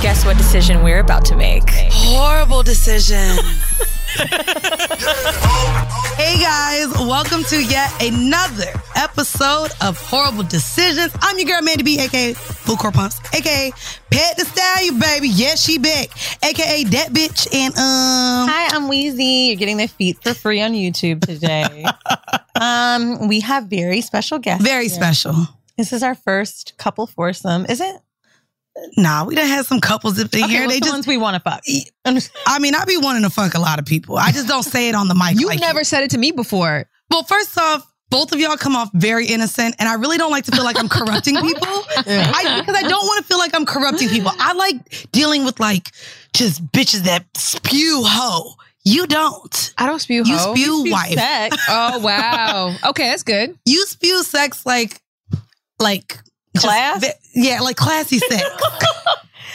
Guess what decision we're about to make? Horrible decision. hey guys, welcome to yet another episode of Horrible Decisions. I'm your girl Mandy B, aka Food Core Pumps, aka Pet the Stallion, baby. Yes, she back, aka that bitch. And um, Hi, I'm Wheezy. You're getting the feet for free on YouTube today. um, we have very special guests. very here. special. This is our first couple foursome, is it? Nah, we done had some couples up in Okay, here. what's They the just, ones we want to fuck. I'm just- I mean, I be wanting to fuck a lot of people. I just don't say it on the mic. You've like never said it to me before. Well, first off, both of y'all come off very innocent, and I really don't like to feel like I'm corrupting people I, because I don't want to feel like I'm corrupting people. I like dealing with like just bitches that spew hoe. You don't. I don't spew You hoe. spew wife. Sex. Oh wow. okay, that's good. You spew sex like like just Class? ve- yeah, like classy sex.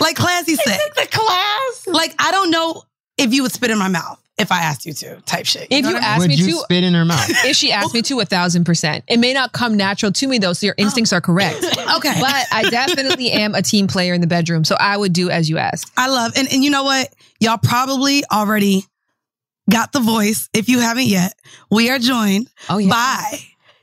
like classy sex. the class. Like I don't know if you would spit in my mouth if I asked you to. Type shit. If know you what I mean? ask Would me you to, spit in her mouth? if she asked me to, a thousand percent. It may not come natural to me though, so your instincts are correct. okay. But I definitely am a team player in the bedroom, so I would do as you ask. I love and and you know what? Y'all probably already got the voice. If you haven't yet, we are joined Oh yeah. by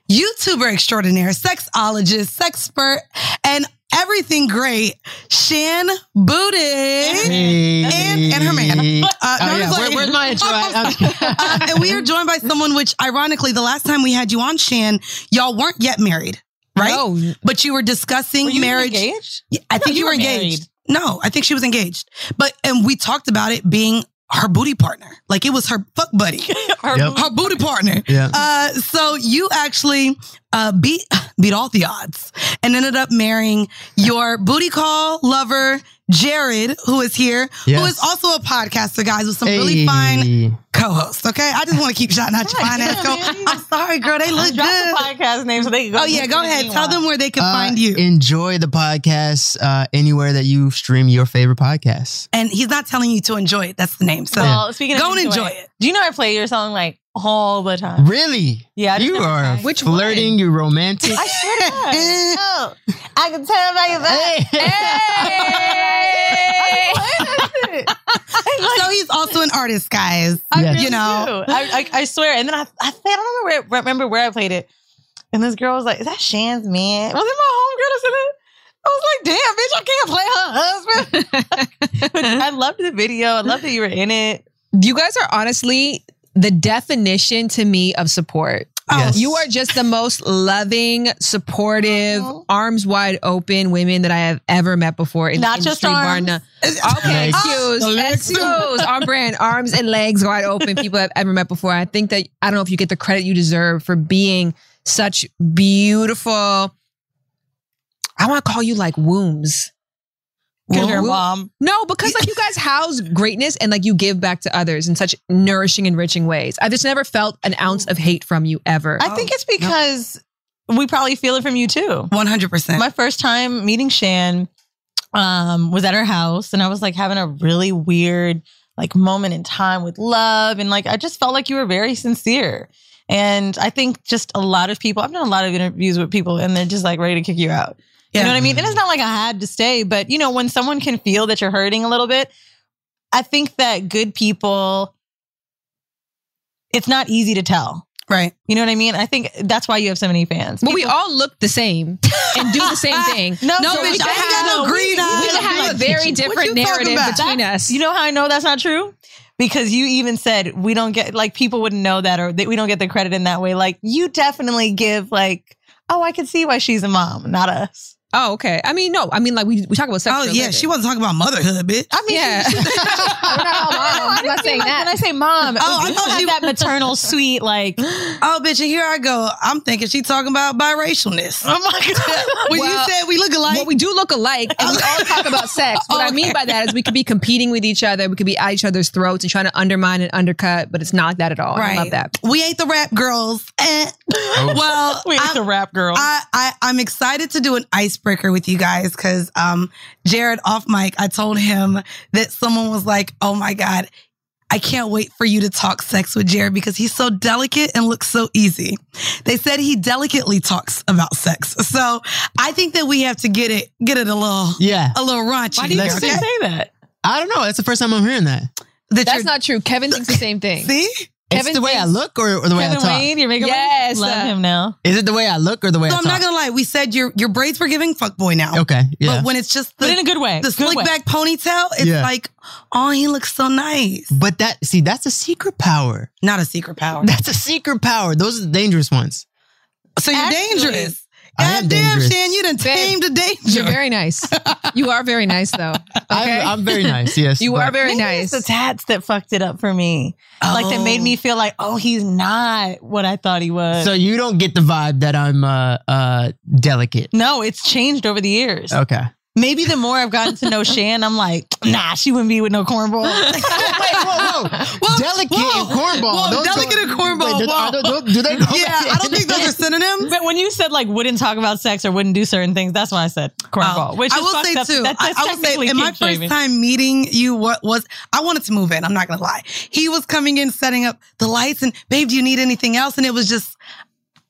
YouTuber extraordinaire, sexologist, sexpert, and everything great, Shan Booty. And- and her man. Uh, no, Oh, I'm yeah. just Where, like- where's my intro? at? I'm kidding. Uh, and we are joined by someone which, ironically, the last time we had you on, Shan, y'all weren't yet married, right? No. But you were discussing Were you marriage. engaged? Yeah, I think you you were were engaged. No, I think she was engaged. But and we talked about it being her booty partner. Like it was her fuck buddy. Or- Yep. Her booty partner. yeah. Uh, so you actually uh, beat beat all the odds and ended up marrying your booty call lover Jared, who is here, who Yes. is also a podcaster, guys, with some really fine Hey. co-hosts. Okay, I just want to keep shouting out your fine ass co. I'm sorry, girl. They look Drop the good. podcast name so they can go. Oh yeah, go ahead. Tell them where they can Uh, find you. Enjoy the podcast uh, anywhere that you stream your favorite podcasts. and he's not telling you to enjoy it. That's the name. So Well, speaking of Go and enjoy it. Do you know I play your song like all the time? Really? Yeah, I You are Which flirting. one? You're romantic. I swear to God. No, I can tell by your voice. Hey! so he's also an artist, guys. I Yes. really You know. do. I, I, I swear. And then I, I, think- I don't remember where, remember where I played it. And this girl was like, "Is that Shan's man?" Was it my homegirl that said that? I was like, "Damn, bitch, I can't play her husband." But I loved the video. I loved that you were in it. You guys are honestly the definition to me of support. Oh. Yes. You are just the most loving, supportive, arms wide open women that I have ever met before. In Not the just industry, arms. Barna. Okay, Legs. excuse, Ah, the legs. excuse, on brand, arms and legs wide open. People I've ever met before. I think that I don't know if you get the credit you deserve for being such beautiful. I want to call you like wombs. Because you're a Womb? mom. No, because like you guys house greatness and like you give back to others in such nourishing, enriching ways. I've just never felt an ounce of hate from you ever. I think it's because we probably feel it from you too. One hundred percent. my first time meeting Shan um, was at her house, and I was like having a really weird like moment in time with love, and like I just felt like you were very sincere. And I think just a lot of people, I've done a lot of interviews with people, and they're just like ready to kick you out. You know Yeah. what I mean? And it's not like I had to stay, but you know, when someone can feel that you're hurting a little bit, I think that good people, it's not easy to tell. Right. You know what I mean? I think that's why you have so many fans. But we all look the same and do the same thing. No, No, so bitch, we I can- got no green we- we eyes. We can have a very different you talking narrative about? between us. You know how I know that's not true? Because you even said we don't get like people wouldn't know that or that we don't get the credit in that way. Like you definitely give like, oh, I can see why she's a mom, not us. oh, okay. I mean, no. I mean, like we, we talk about sex. Oh for a yeah, living. she wasn't talking about motherhood, bitch. I mean, Yeah. she- she- We're not all moms. No, I I'm didn't not saying mean, like, that. When I say mom, Oh, I you thought have you- that maternal sweet like. Oh bitch, and here I go. I'm thinking she's talking about biracialness. Oh my god! When Well, you said we look alike, well, we do look alike, and we all talk about sex. What I mean by that is we could be competing with each other, we could be at each other's throats and trying to undermine and undercut, but it's not that at all. I Right. love that. Oh. we ain't the rap girls. Eh. Well, Wait, I'm- it's a rap girl. I, I I'm excited to do an icebreaker with you guys because um Jared off mic I told him that someone was like oh my god I can't wait for you to talk sex with Jared because he's so delicate and looks so easy. They said he delicately talks about sex. So I think that we have to get it, get it a little, Yeah. a little raunchy. Why do you Let's have to see. say that? I don't know. That's the first time I'm hearing that. That That's you're- not true. Kevin thinks the same thing. See? It's Kevin the way I thinks- look or, or the way I Kevin talk? Wayne, you're making Yes, love uh, him now. Is it the way I look or the way So I I'm talk? not gonna lie. We said your your braids were giving fuckboy now. okay. Yeah. But when it's just But in the, a good way. the good slick way. back ponytail, it's Yeah. like, oh, he looks so nice. But, that see, that's a secret power. Not a secret power. That's a secret power. Those are the dangerous ones. So you're Actually, dangerous. I am God damn, dangerous. Shan, you done Babe, tamed the danger. You're very nice. You are very nice, though. Okay? I'm, I'm very nice. Yes. you are but- very Maybe it's nice. the tats that fucked it up for me. Like that made Oh. me feel like, oh, he's not what I thought he was. So you don't get the vibe that I'm uh, uh, delicate. no, it's changed over the years. Oh. Okay. Maybe the more I've gotten to know Shan, I'm like, nah, she wouldn't be with no cornball. whoa, whoa. delicate and cornball. Whoa, Those delicate don't- and cornball, Wait, do- whoa. are those- do they go Yeah, I don't think those are synonyms. But when you said like wouldn't talk about sex or wouldn't do certain things, that's when I said cornball. Um, which I is will fucked say up. too. That- I, that's I will say technically in my kink first shaming. time meeting you, what was I wanted to move in. I'm not gonna lie. He was coming in, setting up the lights, and babe, do you need anything else? And it was just,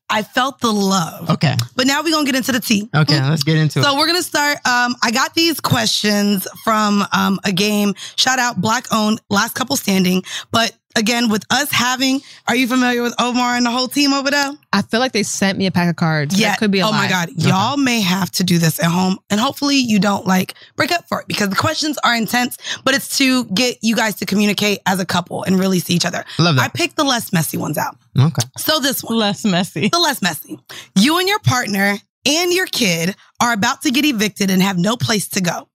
I felt the love. Okay. But now we're gonna get into the tea. Okay. Let's get into Mm. So we're gonna start. Um, I got these questions from um, a game. Shout out Black owned, last couple standing. But again, with us having, are you familiar with Omar and the whole team over there? I feel like they sent me a pack of cards. Yeah, could be a oh my lie. god, y'all may have to do this at home, and hopefully you don't like break up for it because the questions are intense. But it's to get you guys to communicate as a couple and really see each other. Love I that. picked the less messy ones out. Okay. So this one, less messy. the less messy. You and your partner and your kid are about to get evicted and have no place to go.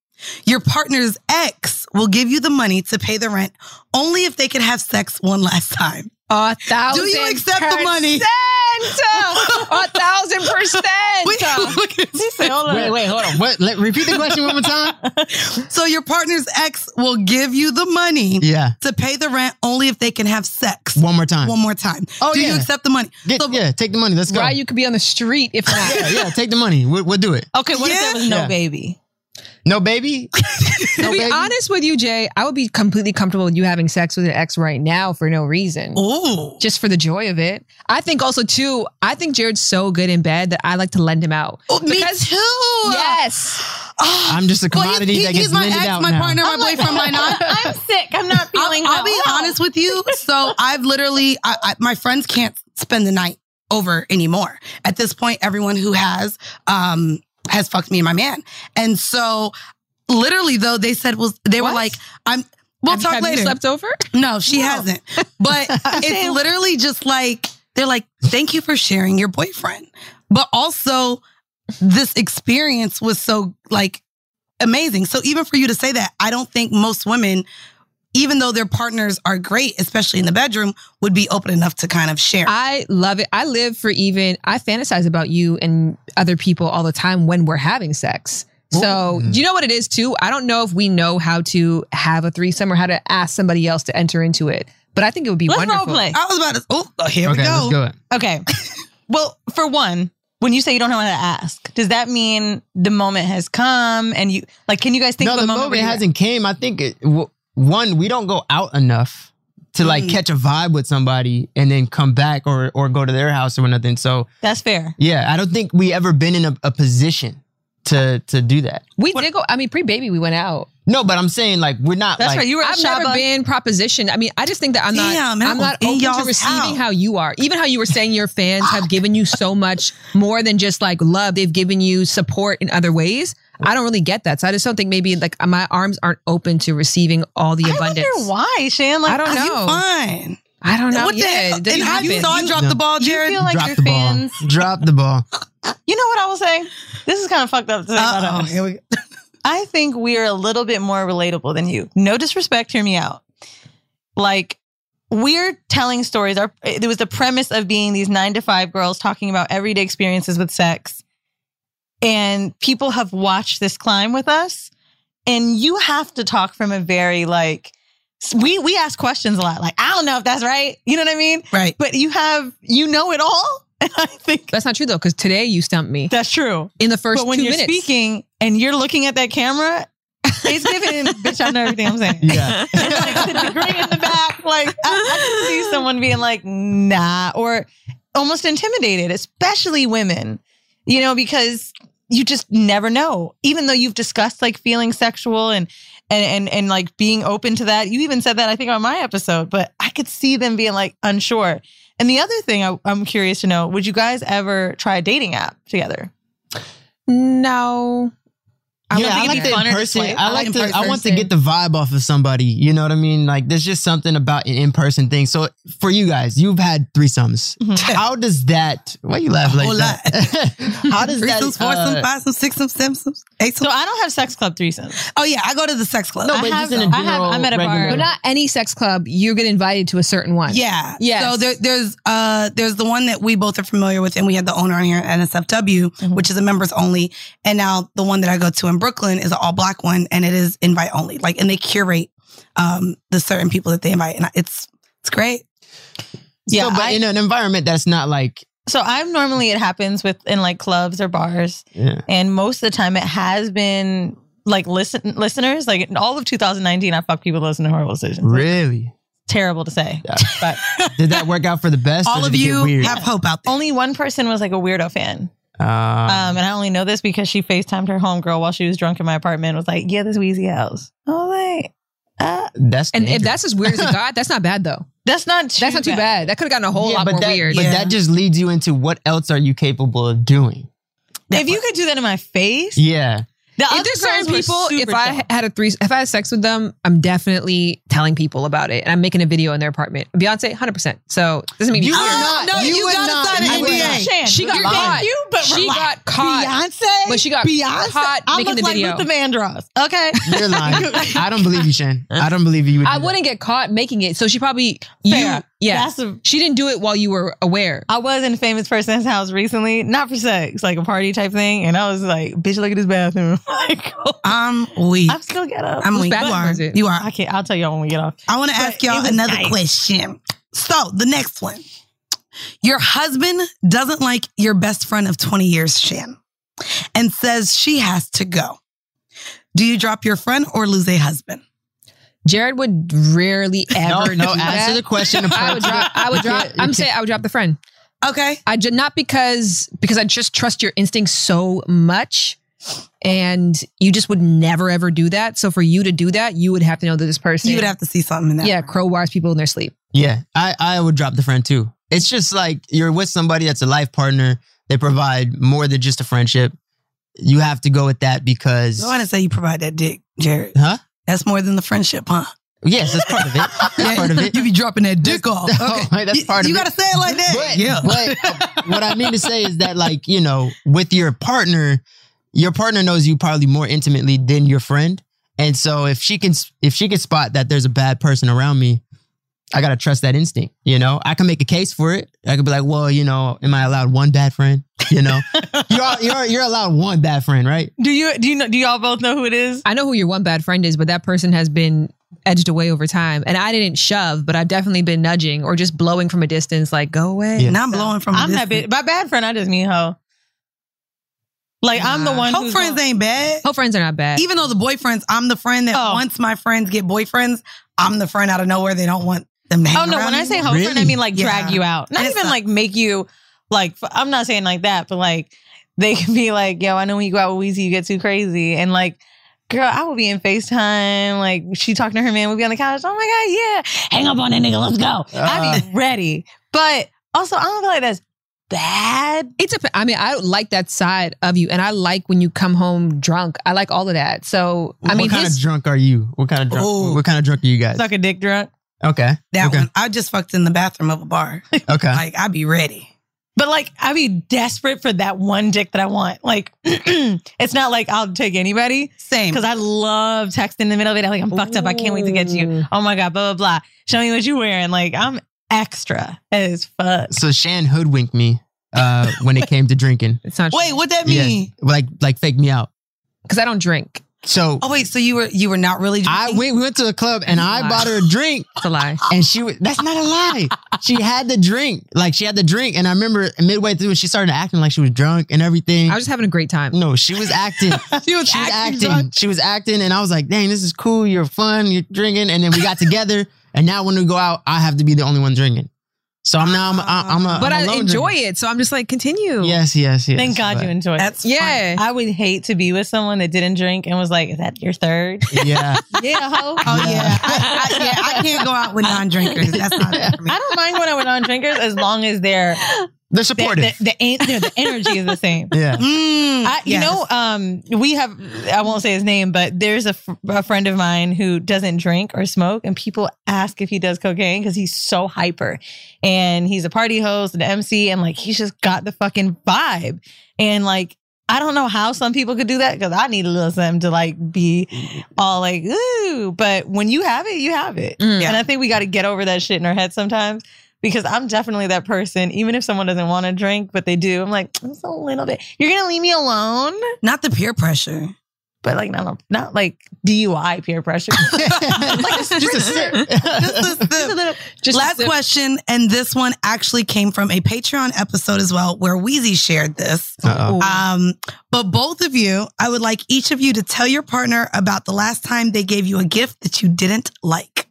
Your partner's ex will give you the money to pay the rent only if they could have sex one last time. A thousand. Do you accept the money? percent. A thousand percent. Wait, look at He said, hold on. Wait, wait, hold on. What? Let, repeat the question one more time. So your partner's ex will give you the money Yeah. to pay the rent only if they can have sex One more time. one more time. Oh, Do you yeah. accept the money? Get- So- yeah. Take the money. Let's go. Why you could be on the street if yeah, not? yeah, take the money. We'll, we'll do it. Okay, what if Yeah. there was no Yeah. baby? No baby. to be baby. honest with you, Jay, I would be completely comfortable with you having sex with your ex right now for no reason. Ooh. Just for the joy of it. I think also too, I think Jared's so good in bed that I like to lend him out. Oh, me Because- too. Yes. Oh. I'm just a Well, he's- commodity he- that gets he's my lended ex, out my now. partner, my boyfriend, my not. I'm sick. I'm not feeling. I'll, I'll be well. honest with you. So I've literally, I, I, my friends can't spend the night over anymore. At this point, everyone who has, um, has fucked me and my man. And so, literally, though, they said was they were What? like, "I'm." We'll have, talk have later. you slept over? No, she hasn't. But it's Damn. literally just like they're like, "Thank you for sharing your boyfriend," but also this experience was so like amazing. So even for you to say that, I don't think most women, even though their partners are great, especially in the bedroom, would be open enough to kind of share. I love it. I live for even I fantasize about you and other people all the time when we're having sex. So Mm-hmm. Ooh. you know what it is too? I don't know if we know how to have a threesome or how to ask somebody else to enter into it. But I think it would be Let's role wonderful. play. I was about to. Oh, here Okay, we go. let's do it. Okay. well, for one, when you say you don't know how to ask, does that mean the moment has come and you like? Can you guys think no, of a the moment? moment where you were- hasn't came. I think it, w- one we don't go out enough to Mm. like catch a vibe with somebody and then come back or or go to their house or nothing. So That's fair. yeah, I don't think we ever been in a, a position to to do that. We did go I mean pre baby we went out. No, but I'm saying like we're not. That's like, right. You were at I've never Shaba. been propositioned. I mean, I just think that I'm not. Damn, that I'm was not in open to y'all's receiving house. how you are. Even how you were saying your fans have given you so much more than just like love. They've given you support in other ways. I don't really get that. So I just don't think maybe like my arms aren't open to receiving all the I abundance. wonder why, Shan. Like, I don't Are you know. fine? I don't know. what the yeah, hell? it And didn't how you happen. saw I dropped the ball, Jared? feel like drop your the fans. ball. Drop the ball. You know what I will say? This is kind of fucked up to say about Uh-oh, us. here we go. I think we're a little bit more relatable than you. No disrespect, hear me out. Like we're telling stories. Our it was the premise of being these nine to five girls talking about everyday experiences with sex, and people have watched this climb with us. And you have to talk from a very like s- we we ask questions a lot. Like I don't know if that's right. You know what I mean? Right. But you have you know it all, and I think That's not true though, because today you stumped me that's true in the first but when two you're minutes. speaking and you're looking at that camera He's giving, bitch, I know everything I'm saying. Yeah. And, like, the degree in the back. Like, I, I can see someone being like, nah, or almost intimidated, especially women, you know, because you just never know. Even though you've discussed like feeling sexual and, and, and, and like being open to that. You even said that, I think, on my episode, but I could see them being like unsure. And the other thing I, I'm curious to know would you guys ever try a dating app together? No. yeah, think I it'd like be the funner to in-person. play. I I like like to. I in-person want to too. get the vibe off of somebody. You know what I mean? Like, there's just something about an in-person thing. So, for you guys, you've had threesomes. Mhm. How does that? Why you laugh like whole that? How does Three that? sums, four sums, uh, five sums, six sums, seven sums, eight So sums. I don't have sex club threesomes. oh yeah, I go to the sex club. No, I but have- just in a I have- general, I'm at a bar. regular- But not any sex club. You get invited to a certain one. Yeah. Yes. So there, there's uh there's the one that we both are familiar with, and we had the owner on here at NSFW, Mm-hmm. Mhm. which is a members only. And now the one that I go to in Brooklyn is an all black one, and it is invite only. Like, and they curate um the certain people that they invite, and I- it's it's great. yeah, Yeah, but I- in an environment that's not like. So I'm normally it happens with in like clubs or bars, Yeah. and most of the time it has been like listen listeners like in all of 2019 I fucked people listening to horrible decisions. Really? Terrible to say, Yeah. but Did that work out for the best? or All did of it get you weird? have hope out there. only one person was like a weirdo fan, um, Um, and I only know this because she Facetimed her homegirl while she was drunk in my apartment. and Was like, yeah, this Wheezy house. I was like, uh, that's And if dangerous. that's as weird as it got, that's not bad though. that's not too That's not too bad. That could have gotten a whole Yeah, lot but more that, weird. But Yeah. that just leads you into what else are you capable of doing? If you could do that in my face, Yeah. the other if there's girls certain were people, if super I chill. had a three, if I had sex with them, I'm definitely telling people about it, and I'm making a video in their apartment. Beyonce, hundred percent. So doesn't mean You weird. would not. no, you you would gotta not. sign an you would NDA. not. Shan, She got you're- caught. Thank you, but she relax. got caught. Beyonce. But she got Beyonce? caught I making look the like video. Luther Vandross. Okay. You're lying. I don't believe you, Shan. I don't believe you. Would I do that. wouldn't get caught making it, so she probably you Fair. yeah. That's a- she didn't do it while you were aware. I was in a famous person's house recently, not for sex, like a party type thing, and I was like, "Bitch, look at this bathroom." like, I'm weak. I'm still get up. I'm weak. You back are. was it? You are. I can't. I'll tell y'all when we get off. I want to But ask it y'all was another nice. question. So, the next one. Your husband doesn't like your best friend of 20 years, Shan, and says she has to go. Do you drop your friend or lose a husband? Jared would rarely No, ever no. do that. Answer the question. I would drop. I would drop. I'm saying I would drop the friend. Okay. I just not because because I just trust your instincts so much, and you just would never ever do that. So for you to do that, you would have to know that this person. You would have to see something in that. yeah, crow wires people in their sleep. Yeah, I I would drop the friend too. It's just like you're with somebody that's a life partner. They provide more than just a friendship. You have to go with that because I want to say you provide that dick, Jared. Huh? That's more than the friendship, huh? yes, that's part of it. That's part of it. You be dropping that dick off. Okay. Oh, that's You- part of you it. gotta say it like that. But, yeah. but what I mean to say is that, like, you know, with your partner, your partner knows you probably more intimately than your friend, and so if she can, if she can spot that there's a bad person around me, I gotta trust that instinct. You know, I can make a case for it. I could be like, well, you know, am I allowed one bad friend? You know, you're you're you're allowed one bad friend, right? Do you do you know? Do y'all both know who it is? I know who your one bad friend is, but that person has been edged away over time. And I didn't shove, but I've definitely been nudging or just blowing from a distance, like go away. Yeah. now I'm blowing from I'm a not distance. bad. My bad friend. I just mean hoe. Like I'm the Nah. one. Hope who's friends going- ain't bad. Hope friends are not bad. even though the boyfriends, I'm the friend that Oh. once my friends get boyfriends, I'm the friend out of nowhere they don't want them to hang Oh no! around When I say anymore. hoe friend, I Really? mean like drag Yeah. you out. Not And it's even not- like make you like. f- I'm not saying like that, but like they can be like, "Yo, I know when you go out with Weezy, you get too crazy," and like. Girl, I will be in FaceTime. Like she talking to her man, we'll be on the couch. Oh my god, yeah, hang up on that nigga, let's go. i Ah. will be ready, but also I don't feel like that's bad. It's a, I mean, I like that side of you, and I like when you come home drunk. I like all of that. So, I mean, what kind his- of drunk are you? What kind of drunk? Ooh. What kind of drunk are you guys? Suck a dick drunk, Okay, that okay, one, I just fucked in the bathroom of a bar. okay. like I'd be ready. but like I be desperate for that one dick that I want. Like it's not like I'll take anybody. Same. Because I love texting in the middle of it. I'm like, I'm fucked up. I can't wait to get you. Ooh. Oh my God, blah, blah, blah. Show me what you're wearing. Like, I'm extra as fuck. So Shan hoodwinked me uh, when it came to drinking. it's not Wait, what that Yeah. mean? Like like fake me out. because I don't drink. So Oh wait, so you were you were not really drinking? I went, we went to a club and I Wow. bought her a drink It's a lie. and she was, that's not a lie. She had the drink. Like she had the drink. And I remember midway through she started acting like she was drunk and everything. I was just having a great time. no, she was acting. She was She was acting. She was acting, and I was like, "Dang, this is cool. You're fun. You're drinking." And then we got together, and now when we go out, I have to be the only one drinking. So I'm now I'm I- I'm a But I'm a I lone enjoy drinker. it. So I'm just like, continue. Yes, yes, yes. Thank God you enjoy it. That's Yeah. I would hate to be with someone that didn't drink and was like, "Is that your third? you. Yeah, yeah, ho. Oh yeah, I, I, yeah. I can't go out with non-drinkers. That's not it for me. I don't mind going out with non-drinkers as long as they're the they're supportive. the, the, en- they're- the energy is the same. yeah. Mm, I, you yes. know, um, we have, I won't say his name, but there's a, fr- a friend of mine who doesn't drink or smoke, and people ask if he does cocaine because he's so hyper. And he's a party host and MC, and like he's just got the fucking vibe. And like, I don't know how some people could do that because I need a little something to like be all like, ooh. But when you have it, you have it. Mm. And I think we got to get over that shit in our head sometimes because I'm definitely that person. Even if someone doesn't want to drink, but they do, I'm like, just a little bit. You're gonna leave me alone, not the peer pressure. but like not not like DUI peer pressure. Just a sip. Just the- just a the- little. Just Last question, and this one actually came from a Patreon episode as well, where Wheezy shared this. Uh-oh. Um, but both of you, I would like each of you to tell your partner about the last time they gave you a gift that you didn't like.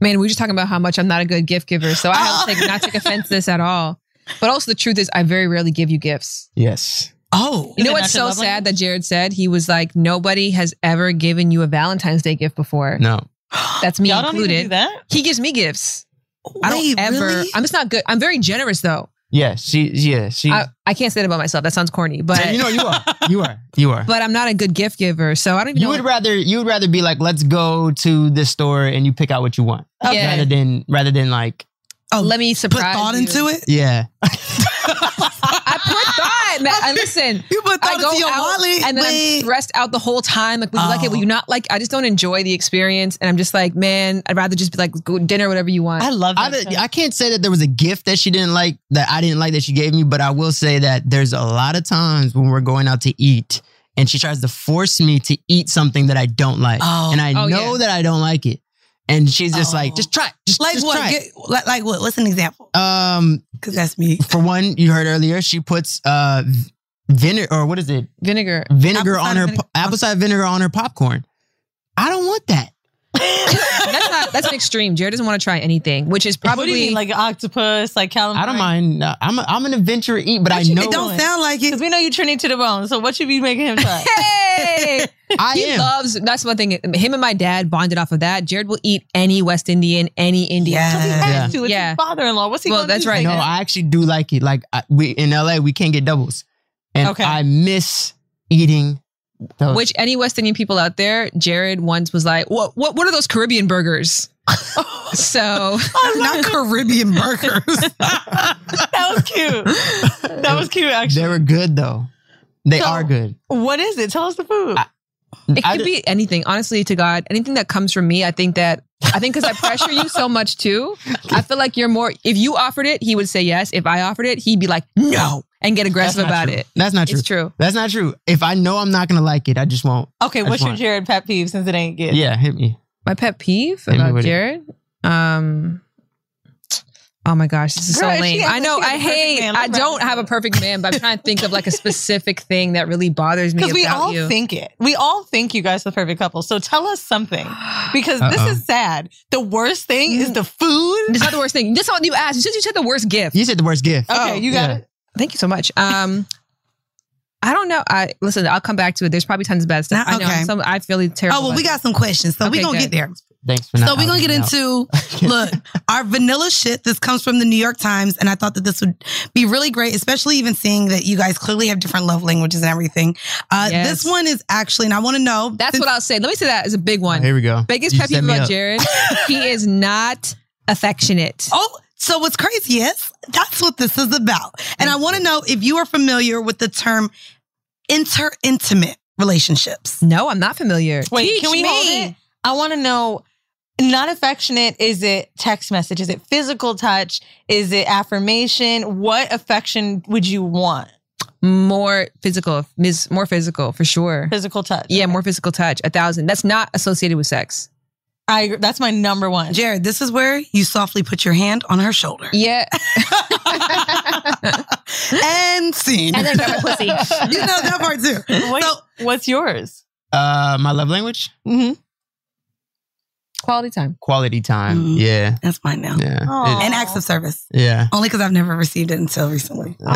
Man, we were just talking about how much I'm not a good gift giver. So I have to take, not take offense to this at all. But also the truth is I very rarely give you gifts. Yes. Oh, You Is know it what's not your so love sad that Jared said? He was like, nobody has ever given you a Valentine's Day gift before. No. That's me y'all don't even do included. that. He gives me gifts. I don't wait, ever. really? I'm just not good. I'm very generous though. Yeah. She. Yeah. She. I, I can't say that about myself. That sounds corny, but you know you are. You are. You are. but I'm not a good gift giver. So I don't even you know. would rather you would rather be like, let's go to this store and you pick out what you want, Yeah. rather than rather than like, Oh, let me put surprise thought you. into it. yeah, I put thought. man. And listen, You put I thought go into your out wallet, and then I'm wait. stressed out the whole time. Like, will you like it? Will you not like? I just don't enjoy the experience, and I'm just like, man, I'd rather just be like, go dinner, whatever you want. I love I, that. don't- stuff. I can't say that there was a gift that she didn't like that I didn't like that she gave me, but I will say that there's a lot of times when we're going out to eat and she tries to force me to eat something that I don't like, Oh. and I Oh, know yeah. that I don't like it, and she's just like, Oh. just try, it. just like just what? try it." Get, like, like what? What's an example? Um, Because that's me. for one, you heard earlier, she puts uh v- vinegar or what is it? Vinegar. Vinegar Apple on cider her vinegar. po- apple cider vinegar on her popcorn. I don't want that. that's not. That's an extreme. Jared doesn't want to try anything, which is probably what do you mean, like octopus, like calamari? I don't mind. uh, I'm a, I'm an adventure eat, but I Actually, know It don't one. sound like Because it. we know you turn it to the bone. So what should be making him try? Hey! I he am. loves. That's one thing. Him and my dad bonded off of that. Jared will eat any West Indian, any Indian. Yes. He has to. It's Yeah. his father-in-law. What's he? Well, gonna that's do? right. No, I actually do like it. Like I, we in LA, we can't get doubles, and Okay. I miss eating those. Which any West Indian people out there, Jared once was like, "What? What? What are those Caribbean burgers?" so Not Caribbean burgers. That was cute. that was cute. Actually, they were good though. They So- are good. what is it? Tell us the food. I- it I could d- be anything. Honestly, to God, anything that comes from me, I think that I think because I pressure you so much too. I feel like you're more. If you offered it, he would say yes. If I offered it, he'd be like no and get That's aggressive not about true. it. That's not true. It's true. That's not true. If I know I'm not gonna like it, I just won't. Okay, That's what's your fine. Jared pet peeve since it ain't good? Yeah, hit me. My pet peeve Hit me about with it. Jared. Um. Oh my gosh, this is Girl, so she lame. has- I know. she has I a perfect hate. man. Look I around don't her. have a perfect man, but I'm trying to think of like a specific thing that really bothers me Because about we all you. think it. We all think you guys are the perfect couple. So tell us something. Because this Uh-oh. is sad. The worst thing is the food. It's not the worst thing. Mm. This is what you asked. You said you said the worst gift. You said the worst gift. oh, Okay, you got yeah. it. Thank you so much. Um, I don't know. I listen. I'll come back to it. There's probably tons of bad stuff. Nah, I know. okay. Some I feel really terrible. oh well, we about got some questions, so we Okay, gonna get good. there. Thanks for so not. we're gonna helping get me out. into look our vanilla shit. This comes from the New York Times, and I thought that this would be really great, especially even seeing that you guys clearly have different love languages and everything. Uh, Yes. This one is actually, and I want to know. it. That's what I'll say. Let me say that is a big one. Here we go. Biggest You pet peeve set me about up. Jared. he is not affectionate. Oh, so what's crazy is that's what this is about, and I want to know if you are familiar with the term interintimate relationships. No, I'm not familiar. Wait, Teach can we me. hold it? I want to know not affectionate. Is it text message? Is it physical touch? Is it affirmation? What affection would you want? more physical, mis- more physical for sure. Physical touch. Yeah, more physical touch. A thousand. That's not associated with sex. I agree. That's my number one. Jared, this is where you softly put your hand on her shoulder. Yeah. and scene. And then grab a pussy. you know that part too. What- So what's yours? Uh, my love language, hmm Quality time. quality time. Mm. Yeah, that's mine now. yeah, Aw. It- And acts of service. yeah. Only because I've never received it until recently. Oh,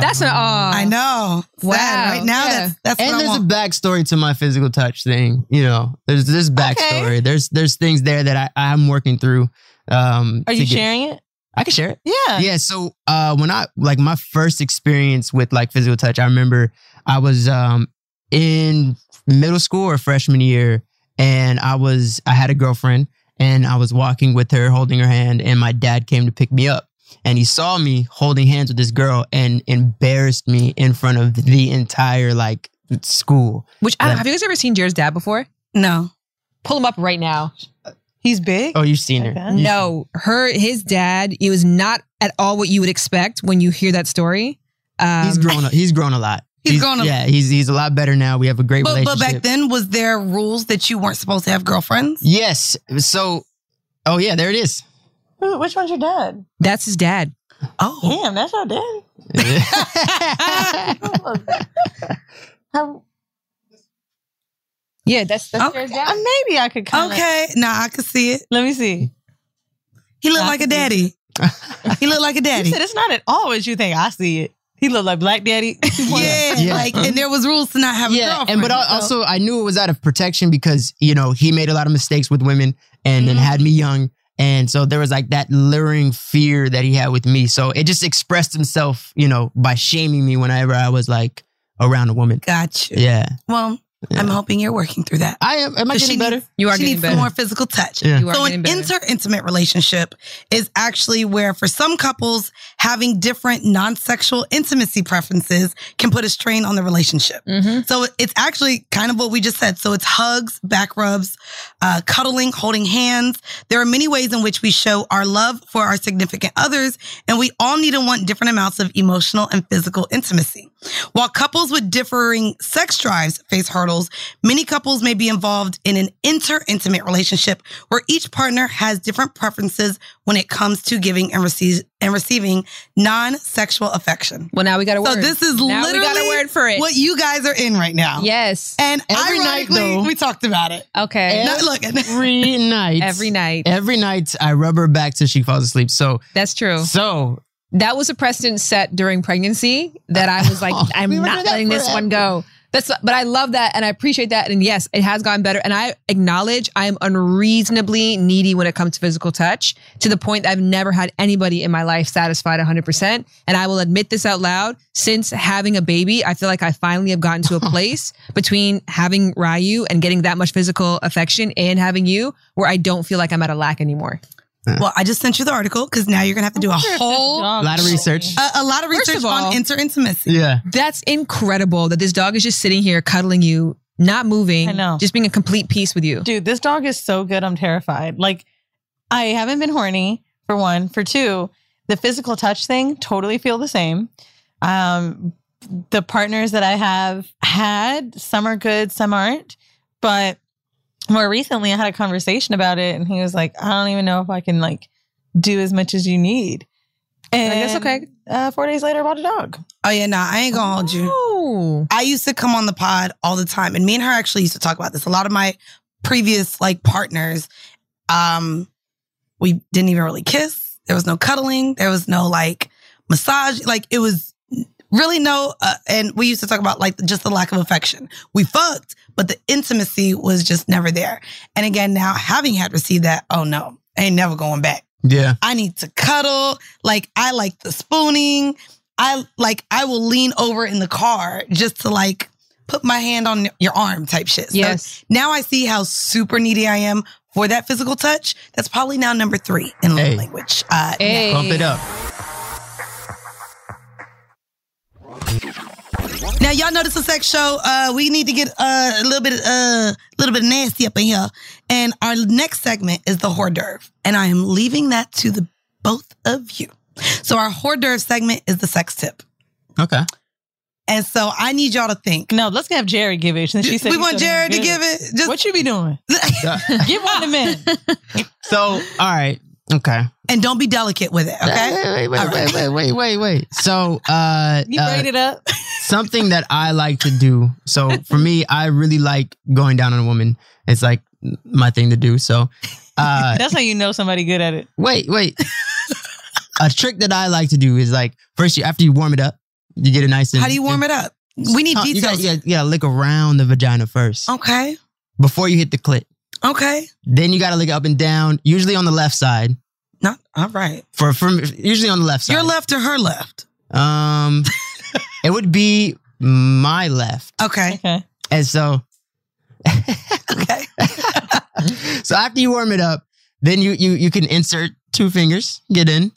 that's an oh. I know. Sad. Wow. Right now, Yeah. that's that's and what I there's a want. backstory to my physical touch thing. You know, there's this backstory. There's there's things there that I I'm working through. Um, Are to you get- sharing it? I can share it. Yeah. Yeah. So uh, when I like my first experience with like physical touch, I remember I was um in middle school or freshman year, and I was I had a girlfriend, and I was walking with her, holding her hand, and my dad came to pick me up. And he saw me holding hands with this girl and embarrassed me in front of the entire like school. Which I don't, Yeah. have you guys ever seen Jared's dad before? no. Pull him up right now. He's big. Oh, you've seen her. Okay. You've- No, her his dad. It was not at all what you would expect when you hear that story. Um, He's grown. A, he's grown a lot. He's grown a- Yeah, he's he's a lot better now. We have a great But, but relationship. back then, was there rules that you weren't supposed to have girlfriends? Yes. So, oh yeah, there it is. Who- Which one's your dad? That's his dad. Oh. Damn, that's your dad. How, Yeah, that's that's Okay. Jared's uh, dad. maybe I could kind Okay. Nah, I could see it. Let me see. He looked like a daddy. he looked like a You daddy. said it's not at all as you think. I see it. He looked like Black Daddy. Yeah, Yeah. like, and there was rules to not have a yeah, girlfriend. and but al- so- also I knew it was out of protection because you know he made a lot of mistakes with women and Mm-hmm. then had me young, and so there was like that luring fear that he had with me. So it just expressed himself, you know, by shaming me whenever I was like around a woman. Got you. Yeah, Well, I'm hoping you're working through that. I am. Am I Does getting she need- better? You are she getting needs better. more physical touch. Yeah. You are So getting an better. inter-intimate relationship is actually where for some couples having different non-sexual intimacy preferences can put a strain on the relationship. Mhm. So it's actually kind of what we just said. So it's hugs, back rubs, uh, cuddling, holding hands. There are many ways in which we show our love for our significant others, and we all need and want different amounts of emotional and physical intimacy. While couples with differing sex drives face hurdles, many couples may be involved in an inter-intimate relationship where each partner has different preferences when it comes to giving and, receive, and receiving non-sexual affection. Well, now we got a So word. this is now literally we got a word for it. what you guys are in right now. Yes. And Every night, ironically, though. we talked about it. Okay. Not looking. Every night. Every night. Every night I rub her back till she falls asleep. So That's Oh. true. so That was a precedent set during pregnancy that I was like, Oh, I'm we were not doing that letting this forever. one go. That's but I love that and I appreciate that. And yes, it has gotten better. And I acknowledge I am unreasonably needy when it comes to physical touch to the point that I've never had anybody in my life satisfied 100%. And I will admit this out loud. Since having a baby, I feel like I finally have gotten to a place between having Ryu and getting that much physical affection and having you where I don't feel like I'm at a lack anymore. well, I just sent you the article because now you're gonna have to do a whole a, a lot of research. a lot of First research of all- on interintimacy. Yeah. That's incredible that this dog is just sitting here cuddling you, not moving. I know. Just being a complete piece with you. Dude, this dog is so good. I'm terrified. Like, I haven't been horny for one. For two, the physical touch thing totally feel the same. Um, the partners that I have had, some are good, some aren't. But more recently, I had a conversation about it, and he was like, "I don't even know if I can like do as much as you need." And guess okay. Uh, four days later, I bought a dog. Oh yeah, nah, I ain't gonna hold you. Oh. I used to come on the pod all the time, and me and her actually used to talk about this. A lot of my previous like partners, um, we didn't even really kiss. There was no cuddling. There was no like massage. Like it was really no. Uh, and we used to talk about like just the lack of affection. We fucked, but the intimacy was just never there. And again, now having had received that, oh no, ain't never going back. Yeah. I need to cuddle. Like I like the spooning. I like I will lean over in the car just to like put my hand on your arm type shit. So Yes. now I see how super needy I am for that physical touch. That's probably now number three in love Hey. language. Uh, Hey. Bump it up. Now y'all know this is a sex show. Uh, we need to get uh, a little bit, uh, little bit nasty up in here. And our next segment is the hors d'oeuvre, and I am leaving that to the both of you. So our hors d'oeuvre segment is the sex tip. Okay. And so I need y'all to think. No, let's have Jerry give it. Since she said we you want still Jared to haven't give given it. Just What you be doing? Give one to men. So, all right. Okay. and don't be delicate with it, okay? Uh, Wait, wait, All wait, right. wait, wait, wait, wait. So, uh, You uh, braid it up. something that I like to do. So for me, I really like going down on a woman. It's like my thing to do. So, uh, That's how you know somebody good at it. wait, wait. a trick that I like to do is like first you after you warm it up, you get it nice. And, Oh, How do you warm it up? We need You details. Oh. gotta, yeah, yeah, lick around the vagina first Okay. before you hit the clit. Okay. Then you got to lick up and down, usually on the left side. Not all right. For from usually on the left side. Your left or her left? Um, it would be my left, Okay. Okay. and so Okay. so after you warm it up, then you you you can insert two fingers, get in.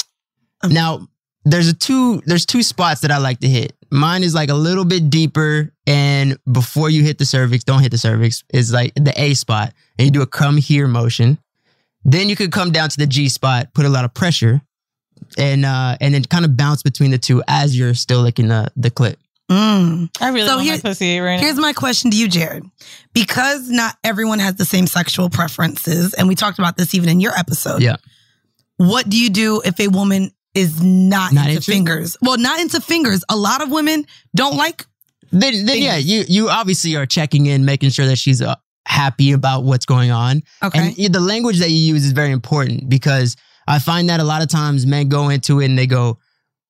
Okay. Now there's a two there's two spots that I like to hit. Mine is like a little bit deeper, and before you hit the cervix, don't hit the cervix. Is like the A spot, and you do a come here motion. Then you could come down to the G spot, put a lot of pressure, and uh and then kind of bounce between the two as you're still licking the the clit. Mm. I really So want here- my pussy right now. Here's my question to you, Jared. Because not everyone has the same sexual preferences, and we talked about this even in your episode. Yeah. What do you do if a woman is not, Not into into- fingers? Well, not into fingers. A lot of women don't like. Then then yeah, you you obviously are checking in, making sure that she's uh, happy about what's going on. And y- the language that you use is very important because I find that a lot of times men go into it and they go,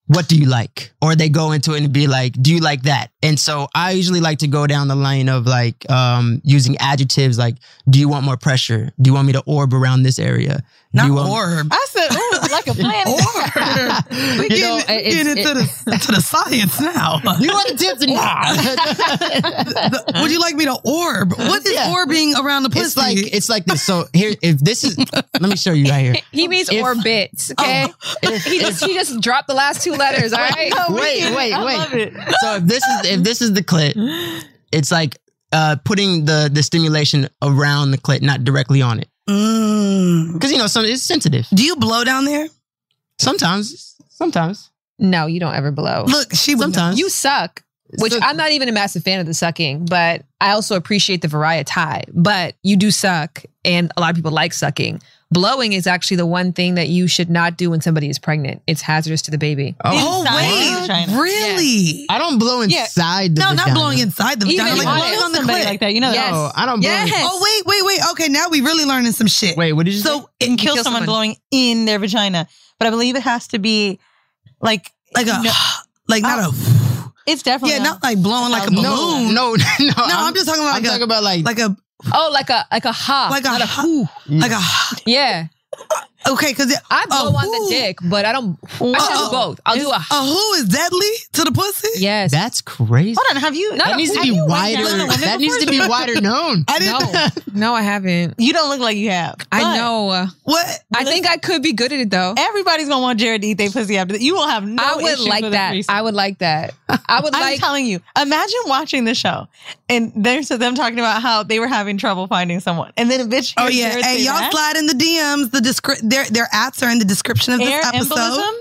What do you like? Or they go into it and be like, Do you like that? And so I usually like to go down the line of like um, using adjectives like, Do you want more pressure? Do you want me to orb around this area? Do not you want- orb. I said, ooh, like a planet. We you getting, know, we getting it's- into the, to the science now. you want to tip to The- Would you like me to orb? What is Yeah. orbing around the pussy? It's like it's like this. So here, if this is, let me show you right here. He means If- Oh. orbits, okay? he just he just dropped the last two letters, all right? Wait, wait, I wait. love it. so if this is if this is the clit, it's like uh, putting the the stimulation around the clit, not directly on it, Mm. because you know some it's sensitive. Do you blow down there? Sometimes, sometimes. No, you don't ever blow. Look, she would know. Sometimes. You suck, which So- I'm not even a massive fan of the sucking, but I also appreciate the variety. But you do suck, and a lot of people like sucking. Blowing is actually the one thing that you should not do when somebody is pregnant. It's hazardous to the baby. Oh, Oh Inside the wait, vagina. really? I don't blow Yeah. inside the No, not vagina. blowing inside the Even vagina. if Like I blowing Kill on the somebody clit. like that. You know that. Yes. No, I don't blow. Yes. Oh wait, wait, wait. Okay, now we really learning some shit. Wait, what did you say? so and kill, kill someone someone. blowing in their vagina. But I believe it has to be like like a, No. like not it's a, definitely yeah, not like blowing like a No, no, balloon. no, no. No, no, I'm, just talking about I'm like talking a, about like, like a, Oh, like a like a ha, like a, not ha- whoo. like a. Yeah, Okay, because I blow A on whoo. the dick, but I don't. I should Uh-oh. do both. I'll do a ha. a who is deadly to the pussy? Yes. that's crazy. Hold on, have you? Not That a- needs to have be you went wider. down on a woman That needs to be before? wider known. I didn't. no, no, I haven't. You don't look like you have. I But know. What? I think I could be good at it though. Everybody's gonna want Jared to eat their pussy after that. You will have no. I would issue like with a that. threesome. I would like that. I would I'm like. telling you, imagine watching the show and there's them talking about how they were having trouble finding someone. And then a bitch. Oh hears yeah, Jared hey say y'all that. slide in the DMs. The descri- their their apps are in the description of this air episode. embolism.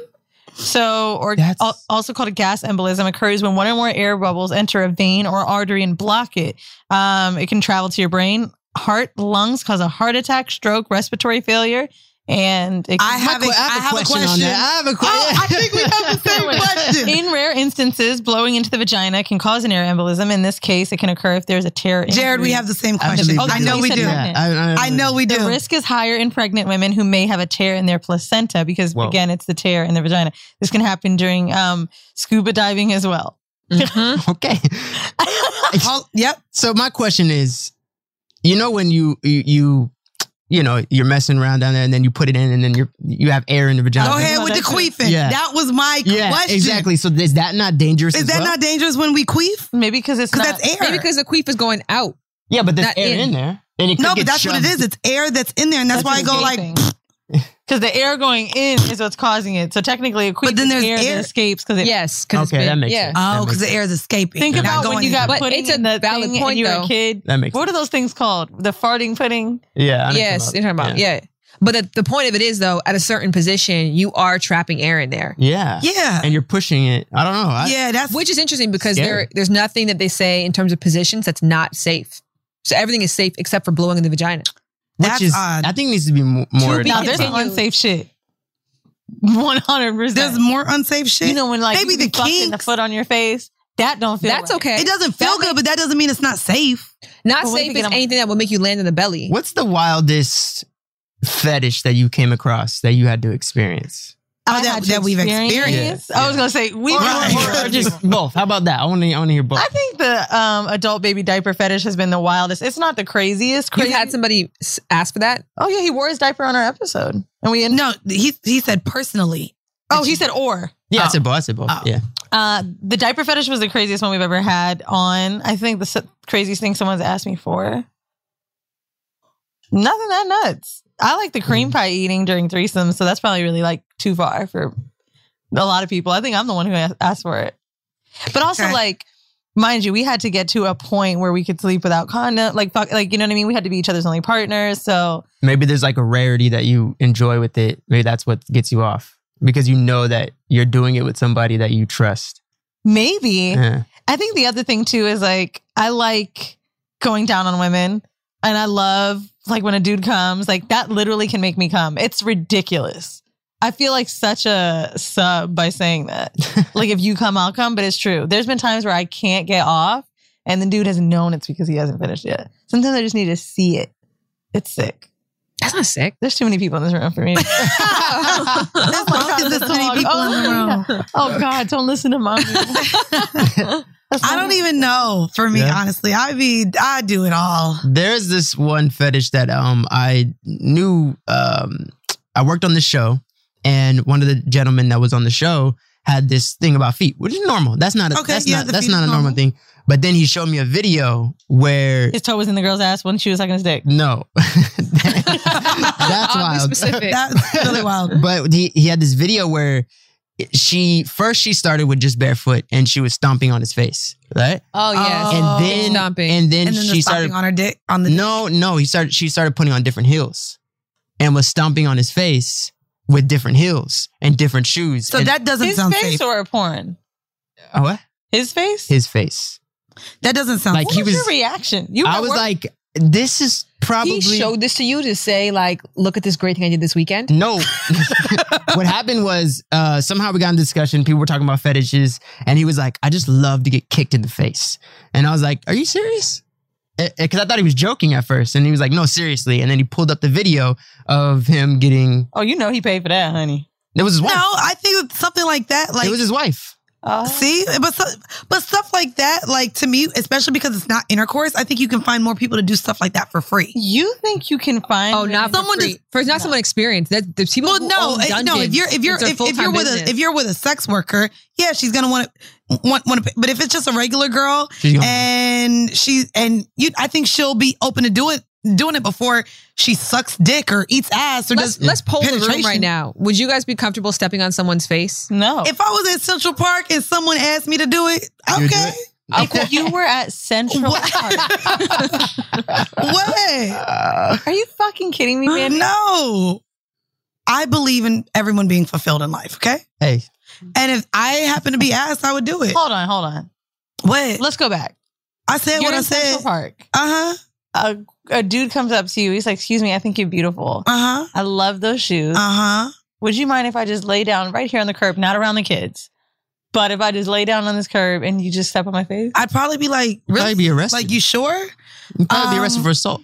So, or That's- al- also called a gas embolism, occurs when one or more air bubbles enter a vein or artery and block it. Um, it can travel to your brain, heart, lungs, cause a heart attack, stroke, respiratory failure, and it can, I have a, I have a on question. that. I have a question. Oh, I think we have the same question. in rare instances, blowing into the vagina can cause an air embolism. In this case, it can occur if there's a tear. Jared, we injury. have the same I question. believe I, you. know You we said do. that. Yeah, I, I know we do. The risk is higher in pregnant women who may have a tear in their placenta because, Whoa. again, it's the tear in the vagina. This can happen during um, scuba diving as well. Mhm. Okay. Hol- yep. So my question is, you know, when you you you, you know you're messing around down there, and then you put it in, and then you you have air in the vagina. Go ahead no, with the that's it. queefing. Yeah. That was my Yeah, Oh, question. exactly. So is that not dangerous? Is as that well? not dangerous when we queef? Maybe because it's Because not. that's air. Maybe because the queef is going out. Yeah, but there's not air in. in. there, and it could no, get but that's what it shoved. is. It's air that's in there, and that's, why I go like. Because the air going in is what's causing it. So technically, a queef But then is there's air, air- that escapes because it. Yes. 'cause it's Okay, been- that makes yeah. sense. Oh, That because makes the air is escaping. Think Not about when going you got in. But put it's a in the valid thing and point, you were a though. kid. That makes What are those things called? The farting pudding? Yeah. I know what you're Yes, talking you're talking about yeah. But the, the point of it is, though, at a certain position, you are trapping air in there, Yeah. Yeah. And you're pushing it. I don't know. I, yeah, that's which is interesting because there Scary. there's nothing that they say in terms of positions that's not safe. So everything is safe except for blowing in the vagina. Which That's is, odd. I think needs to be mo- more. be Now there's continued. unsafe shit. One hundred there's percent. more unsafe shit. You know when like Maybe you be the fucking the kinks. foot on your face. That don't feel. That's right. okay. it doesn't feel That good, but that doesn't mean it's not safe. Not But what if safe you is get on- anything that will make you land in the belly. what's the wildest fetish that you came across that you had to experience? Oh, I that, had to that we've experience- experienced. I was gonna say we. Right. Or just both. How about that? I want to. I want to hear both. I think the um, adult baby diaper fetish has been the wildest. It's not the craziest. You Crazy. had somebody s- ask for that? oh yeah, he wore his diaper on our episode, and we. No, he he said personally. oh, he said or. yeah, I said both. I said both. Oh. Yeah. Uh, the diaper fetish was the craziest one we've ever had on. I think the s- craziest thing someone's asked me for. Nothing that nuts. I like the cream pie eating during threesomes, so that's probably really like too far for a lot of people. I think I'm the one who a- asked for it. But also, Okay. like, mind you, we had to get to a point where we could sleep without condom. Like, fuck, like you know what I mean? We had to be each other's only partners. So Maybe there's like a rarity that you enjoy with it. Maybe that's what gets you off because you know that you're doing it with somebody that you trust. maybe Yeah. I think the other thing too is like I like going down on women and I love like when a dude comes, like that literally can make me come. It's ridiculous. I feel like such a sub by saying that. like if you come, I'll come, but it's true. There's been times where I can't get off and the dude has known it's because he hasn't finished yet. Sometimes I just need to see it. It's sick. That's not sick. There's too many people in this room for me. As long as there's too many people in the room. Oh God, don't listen to mommy. I don't even know. For me, Yeah. honestly, I be I do it all. There's this one fetish that um I knew um I worked on this show and one of the gentlemen that was on the show had this thing about feet, which is normal. That's not a, Okay, that's yeah, not the that's feet not a is normal normal. thing. But then he showed me a video where His toe was in the girl's ass when she was sucking his dick. no. that's Oddly wild. specific. That's really wild. But he, he had this video where she first she started with just barefoot and she was stomping on his face, right? oh yes. Oh. And then Stomping. and then And then she the stomping started on her dick on the no, no. He started. She started putting on different heels, and was stomping on his face with different heels and different shoes. So and, that doesn't His sound face safe. or a porn? Oh, what? His face? His face. that doesn't sound Like, what he was, was- your reaction? You I were was wor- like, this is probably he showed this to you to say, like, look at this great thing I did this weekend. no. what happened was uh, somehow we got in discussion. People were talking about fetishes, and he was like, "I just love to get kicked in the face," and I was like, "Are you serious?" Because I thought he was joking at first, and he was like, "No, seriously." And then he pulled up the video of him getting. oh, you know he paid for that, honey. It was his No, wife. I think something like that. Like it was his wife. Oh. See, but so, but stuff like that, like to me, especially because it's not intercourse, I think you can find more people to do stuff like that for free. you think you can find? Oh, not someone Someone for free. just- For- it's not someone experienced. That the people. Well, who no, own it- no. If dungeons, you're if you're it's their if, if you're full-time with business. a if you're with a sex worker, yeah, she's gonna want to want want to. But if it's just a regular girl She's gonna- and she and you, I think she'll be open to do it doing it before she sucks dick or eats ass or let's does. let's poll the room right penetration. now. Would you guys be comfortable stepping on someone's face? No. If, If I was at Central Park and someone asked me to do it, You do okay, it? you were at Central What? Park, what? Uh, are you fucking kidding me, man? No. I believe in everyone being fulfilled in life, okay? hey, And if I happen to be asked, I would do it. Hold on, hold on. What? Let's go back. I said You're what I in said. Central Park. Uh huh. A, a dude comes up to you. He's like, "Excuse me, I think you're beautiful. Uh huh. I love those shoes. Uh huh. Would you mind if I just lay down right here on the curb, not around the kids, but if I just lay down on this curb and you just step on my face?" I'd probably be like, you'd really? probably be arrested. Like, you sure? You'd probably be arrested um, for assault.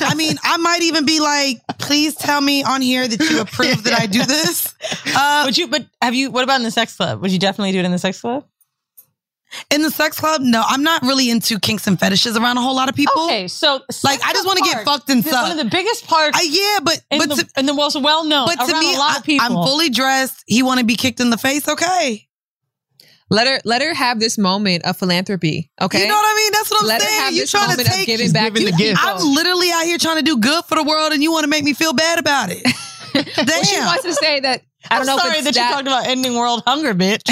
I mean, I might even be like, please tell me on here that you approve that I do this. Uh, Would you? But have you? What about in the sex club? Would you definitely do it in the sex club? in the sex club, no, I'm not really into kinks and fetishes around a whole lot of people. Okay, so Like, I just want to get fucked and It's one sucked. of the biggest parts, I, yeah, but and, but the, to, and the most well known. but to me, a lot I, of people. I'm fully dressed. He want to be kicked in the face. Okay. Let her let her have this moment of philanthropy. Okay. You know what I mean? That's what I'm Let her have saying. You this trying to moment of take giving back giving to the gift. I'm literally out here trying to do good for the world, and you want to make me feel bad about it. Well, she Damn. wants to say that. I I'm don't know. sorry if that it's you talked about ending world hunger, bitch.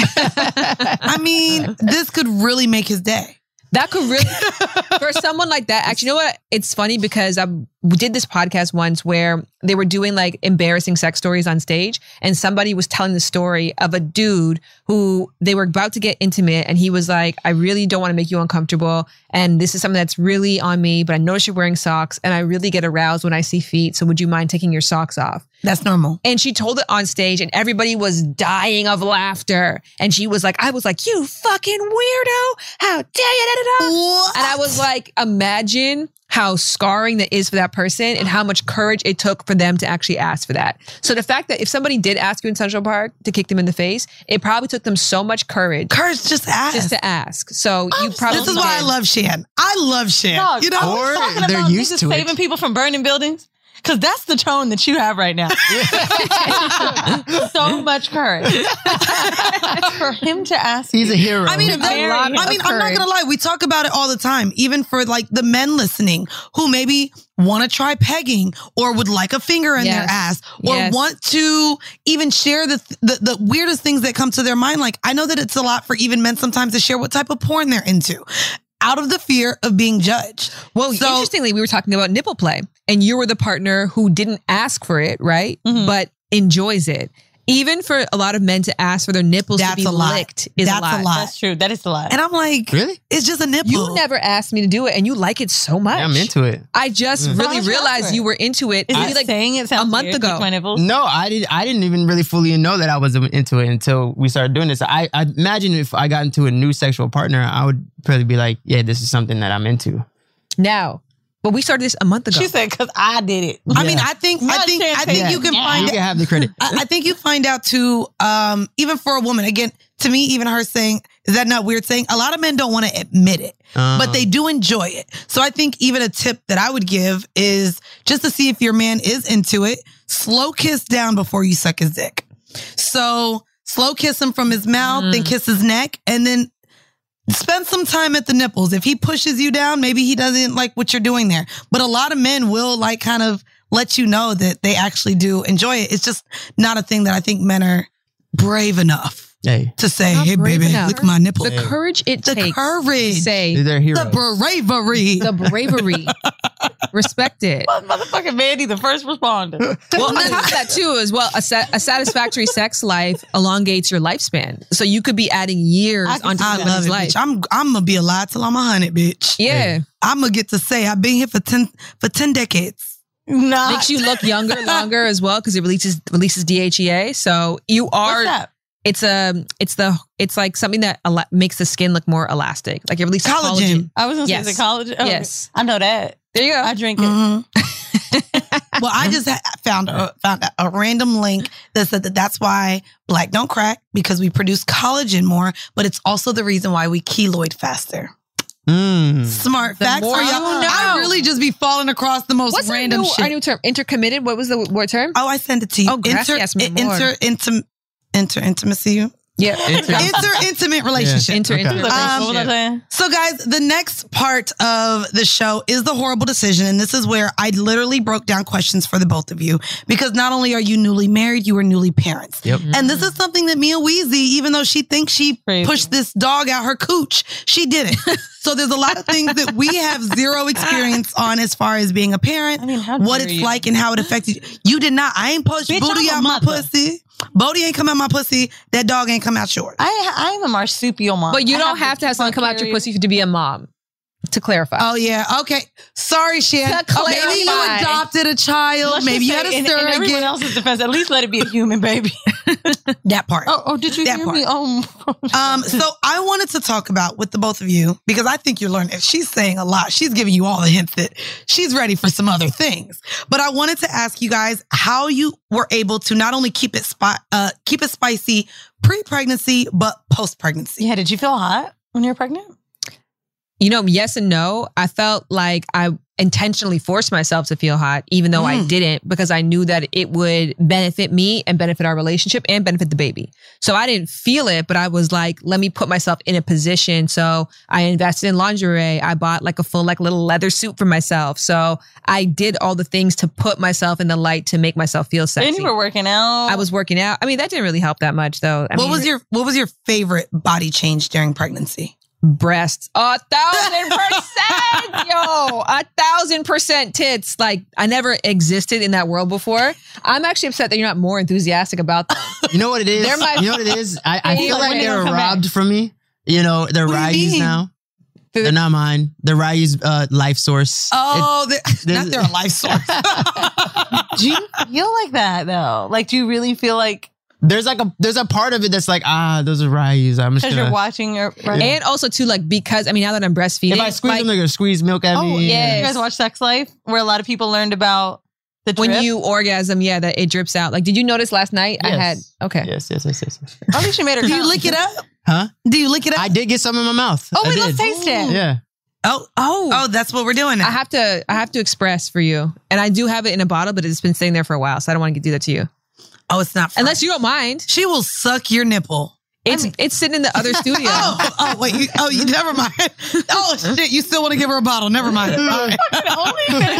I mean, this could really make his day. That could really for someone like that. Actually, you know what? It's funny because I'm we did this podcast once where they were doing like embarrassing sex stories on stage and somebody was telling the story of a dude who they were about to get intimate and he was like i really don't want to make you uncomfortable and this is something that's really on me but i notice you're wearing socks and i really get aroused when i see feet so would you mind taking your socks off That's normal. and she told it on stage and everybody was dying of laughter and she was like i was like you fucking weirdo how dare you da, da, da. What? And I was like, imagine how scarring that is for that person and how much courage it took for them to actually ask for that. So the fact that if somebody did ask you in Central Park to kick them in the face, it probably took them so much courage Curse just asked. just to ask. So you probably this is why I love Shan. I love Shan. Dog, you know, are we Or talking they're about used niggas to it. saving people from burning buildings. Cause that's the tone that you have right now. so much courage for him to ask. He's a hero. I mean, A that- lot I of mean, I'm not courage. gonna lie. We talk about it all the time, even for like the men listening who maybe want to try pegging or would like a finger in their Yes. ass or Yes. want to even share the, the the weirdest things that come to their mind. Like I know that it's a lot for even men sometimes to share what type of porn they're into, out of the fear of being judged. Well, So- interestingly, we were talking about nipple play, and you were the partner who didn't ask for it, right? Mm-hmm. Mhm. But enjoys it. Even for a lot of men to ask for their nipples That's to be a lot. licked is That's a lot. a lot. That's true. That is a lie. And I'm like, really? it's just a nipple. You never asked me to do it, and you like it so much. Yeah, uh, I'm into it. I just Mm. really Sounds realized awkward. you were into it. is maybe he like saying it sounds month weird, ago. lick My nipples? No, I didn't. I didn't even really fully know that I was into it until we started doing this. I, I imagine if I got into a new sexual partner, I would probably be like, "Yeah, this is something that I'm into." now, but we started this a month ago. She said, "Cause I did it." I mean, Yeah. I think I Not think I chance think they- you can Yeah. find You can have the credit. I, I think you find out too, um, even for a woman, again, to me, even her saying, is that not weird saying? A lot of men don't want to admit it, Uh, but they do enjoy it. So I think even a tip that I would give is just to see if your man is into it, slow kiss down before you suck his dick. So slow kiss him from his mouth, Mm. then kiss his neck, and then spend some time at the nipples. If he pushes you down, maybe he doesn't like what you're doing there. But a lot of men will like kind of let you know that they actually do enjoy it. It's just not a thing that I think men are brave enough Hey, to say, Not "Hey, brave baby, enough. lick my nipple." the Yeah. courage it The takes courage. to say they're heroes. The bravery. the bravery, respect it. motherfucking Mandy, the first responder. Well, on top of that too, as well, a, sa- a satisfactory sex life elongates your lifespan, so you could be adding years I can onto see I that. love somebody's it, life. bitch. I'm I'm gonna be alive till I'm a hundred, bitch. Yeah, I'm gonna get to say I've been here for ten for ten decades. Not makes you look younger, longer as well because it releases releases DHEA. So you What's are. that? It's a. It's the. It's like something that ela- makes the skin look more elastic. Like it releases Collagen. collagen. I was gonna Yes. say the college. Oh, Yes. Mm-hmm. I know that. There you go. I drink it. Mhm. Mm-hmm. well, I just ha- found a, found a, a random link that said that that's why black don't crack because we produce collagen more, but it's also the reason why we keloid faster. Mm. Smart The facts more for y'all. you know. I really just be falling across the most What's our random new, shit. Our new term, intercommitted. What was the word term? oh, I send it to you. Oh, gracias, mi inter, amor. inter, intim, inter intimacy. Yeah, Inter- inter intimate relationship. Inter- Okay. inter- Um, What was I saying? So, guys, the next part of the show is the horrible decision. And this is where I literally broke down questions for the both of you because not only are you newly married, you are newly parents. Yep. And this is something that Mia Weezy, even though she thinks she Crazy. pushed this dog out her cooch, she didn't. so there's a lot of things that we have zero experience on as far as being a parent, I mean, how what dare it's you. like and how it affected you. You did not. I ain't pushed Bitch, booty I'm a out my mother. pussy. Booty ain't come out my pussy. That dog ain't come out yours. I I am a marsupial mom. But you I don't have to have someone come out your pussy to be a mom. To clarify, Oh yeah. Okay. Sorry, Shan. To clarify. Maybe you adopted a child. Let's Maybe just you had say a in, in surrogate. everyone else's defense, at least let it be a human baby. that part. oh, oh, did you That hear part. me? Oh, Um, so I wanted to talk about with the both of you because I think you're learning. She's saying a lot. She's giving you all the hints that she's ready for some other things. But I wanted to ask you guys how you were able to not only keep it spot, uh, keep it spicy pre-pregnancy, but post-pregnancy. yeah. Did you feel hot when you were pregnant? you know, yes and no. I felt like I intentionally forced myself to feel hot, even though I Mm. didn't, because I knew that it would benefit me and benefit our relationship and benefit the baby. So I didn't feel it, but I was like, let me put myself in a position. So I invested in lingerie. I bought like a full, like little leather suit for myself. So I did all the things to put myself in the light to make myself feel And sexy. you were working out. I was working out. I mean, that didn't really help that much though. I what mean, was your What was your favorite body change during pregnancy? breasts. A thousand percent, yo, a thousand percent tits. Like I never existed in that world before. I'm actually upset that you're not more enthusiastic about them. You know what it is? They're my- you know what it is? I, I They're feel like like when they they're don't come robbed from me. You know, they're What do you Ryu's mean? now. They're- They're not mine. They're Ryu's uh, life source. Oh, they're, there's- not their life source. Do you feel like that though? Like, do you really feel like There's like a there's a part of it that's like ah those are Ryu's. I'm just because you're gonna watching your you And also too, like because I mean, now that I'm breastfeeding, if I squeeze like, them they're gonna squeeze milk at Oh, me. yeah. guys watch Sex Life, where a lot of people learned about the drip. when you orgasm, yeah, that it drips out. Like, did you notice last night? I had Yes. okay. Yes, yes, yes, yes, yes. at least you made her. Do you come. lick it up? Huh? Do you lick it up? I did get some in my mouth. Oh, I wait, did. let's taste it. Yeah. oh, Oh, oh, that's what we're doing now. I have to I have to express for you. And I do have it in a bottle, but it's been sitting there for a while, so I don't want to do that to you. oh, it's not. Unless Unless you don't mind. she will suck your nipple. It's it's sitting in the other studio. Oh, oh, wait. You, oh, you never mind. Oh shit, you still want to give her a bottle? Never mind. All right.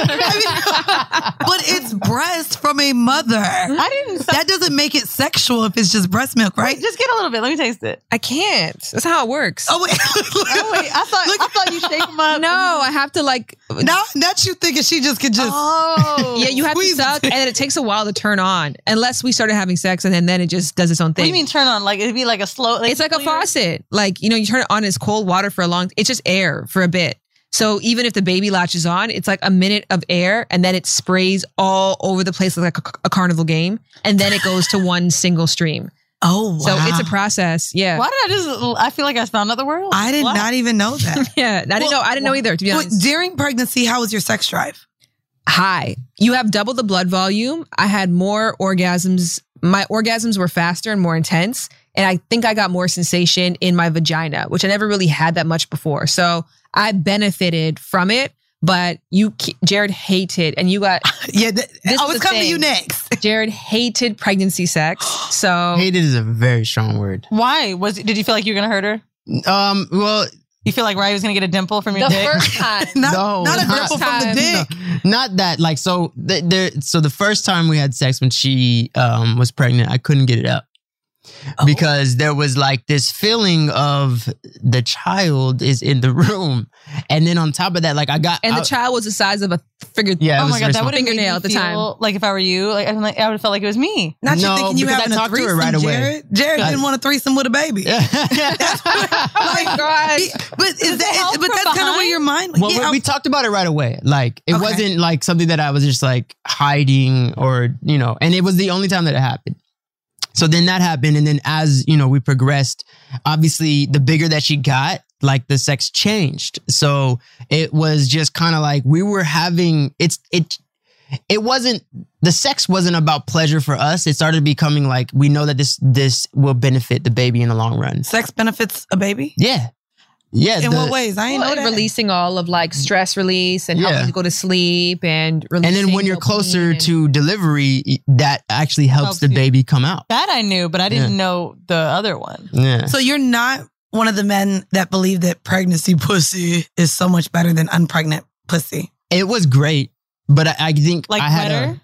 I mean, but it's breast from a mother. I didn't. That doesn't make it sexual if it's just breast milk, right? Just get a little bit. Let me taste it. I can't. That's how it works. Oh wait. Oh wait, I thought I thought you shake them up. No, I have to like now that you thinking she just could just. Oh, Yeah, you have to Squeeze suck and it takes a while to turn on. Unless we started having sex and then, then it just does its own What thing. do you mean turn on? Like it'd be like a slow. it's like a faucet. Like, you know, you turn it on, it's cold water for a long it's just air for a bit. So even if the baby latches on, it's like a minute of air and then it sprays all over the place like a, a carnival game. And then it goes to one single stream. Oh wow. So it's a process. Yeah. Why did I just? I feel like I found another world. I did Wow. not even know that. Yeah. I didn't know. I didn't know either, to be Well, honest. during pregnancy, how was your sex drive? high. You have double the blood volume. I had more orgasms. My orgasms were faster and more intense. And I think I got more sensation in my vagina, which I never really had that much before. So I benefited from it. But you, ke- Jared hated, and you got, Yeah, th- This I is was the coming to you thing. next. Jared hated pregnancy sex. So Hated is a very strong word. Why was? Did you feel like you were gonna hurt her? Um. Well, You feel like Riley was gonna get a dimple from your the dick? first time, Not, No, not a not- nipple from the Time. dick. not that like so. Th- there. So the first time we had sex when she um was pregnant, I couldn't get it up because there was like this feeling of the child is in the room, and then on top of that, like I got and the I- child was the size of a figure. Uh, Yeah. it oh was my god, very that small. would have Fingernail at the time. Like if I were you, like I'm like I would have felt like it was me. Not No, you thinking you because I having a talked to her threesome, right away. Jared. Jared I- didn't want a threesome with a baby. Oh my God. He- but is that? help But from that's kind of where behind? your mind. Well, yeah, um, we, we talked about it right away. Like it Okay. wasn't like something that I was just like hiding or you know, and it was the only time that it happened. So then that happened, and then as you know, we progressed. Obviously, the bigger that she got, like the sex changed. So it was just kind of like we were having it's it. It wasn't the sex wasn't about pleasure for us. It started becoming like we know that this this will benefit the baby in the long run. sex benefits a baby. Yeah, yeah. In the- what ways? I ain't Well, know and that. releasing all of like stress release and Yeah. helping you go to sleep and and releasing then when you're dopamine closer and- to delivery, y- that actually helps, Helps the you. baby come out. That I knew, but I didn't know the other one. Yeah. So you're not one of the men that believe that pregnancy pussy is so much better than unpregnant pussy. It was great, but I, I think Like I had wetter? a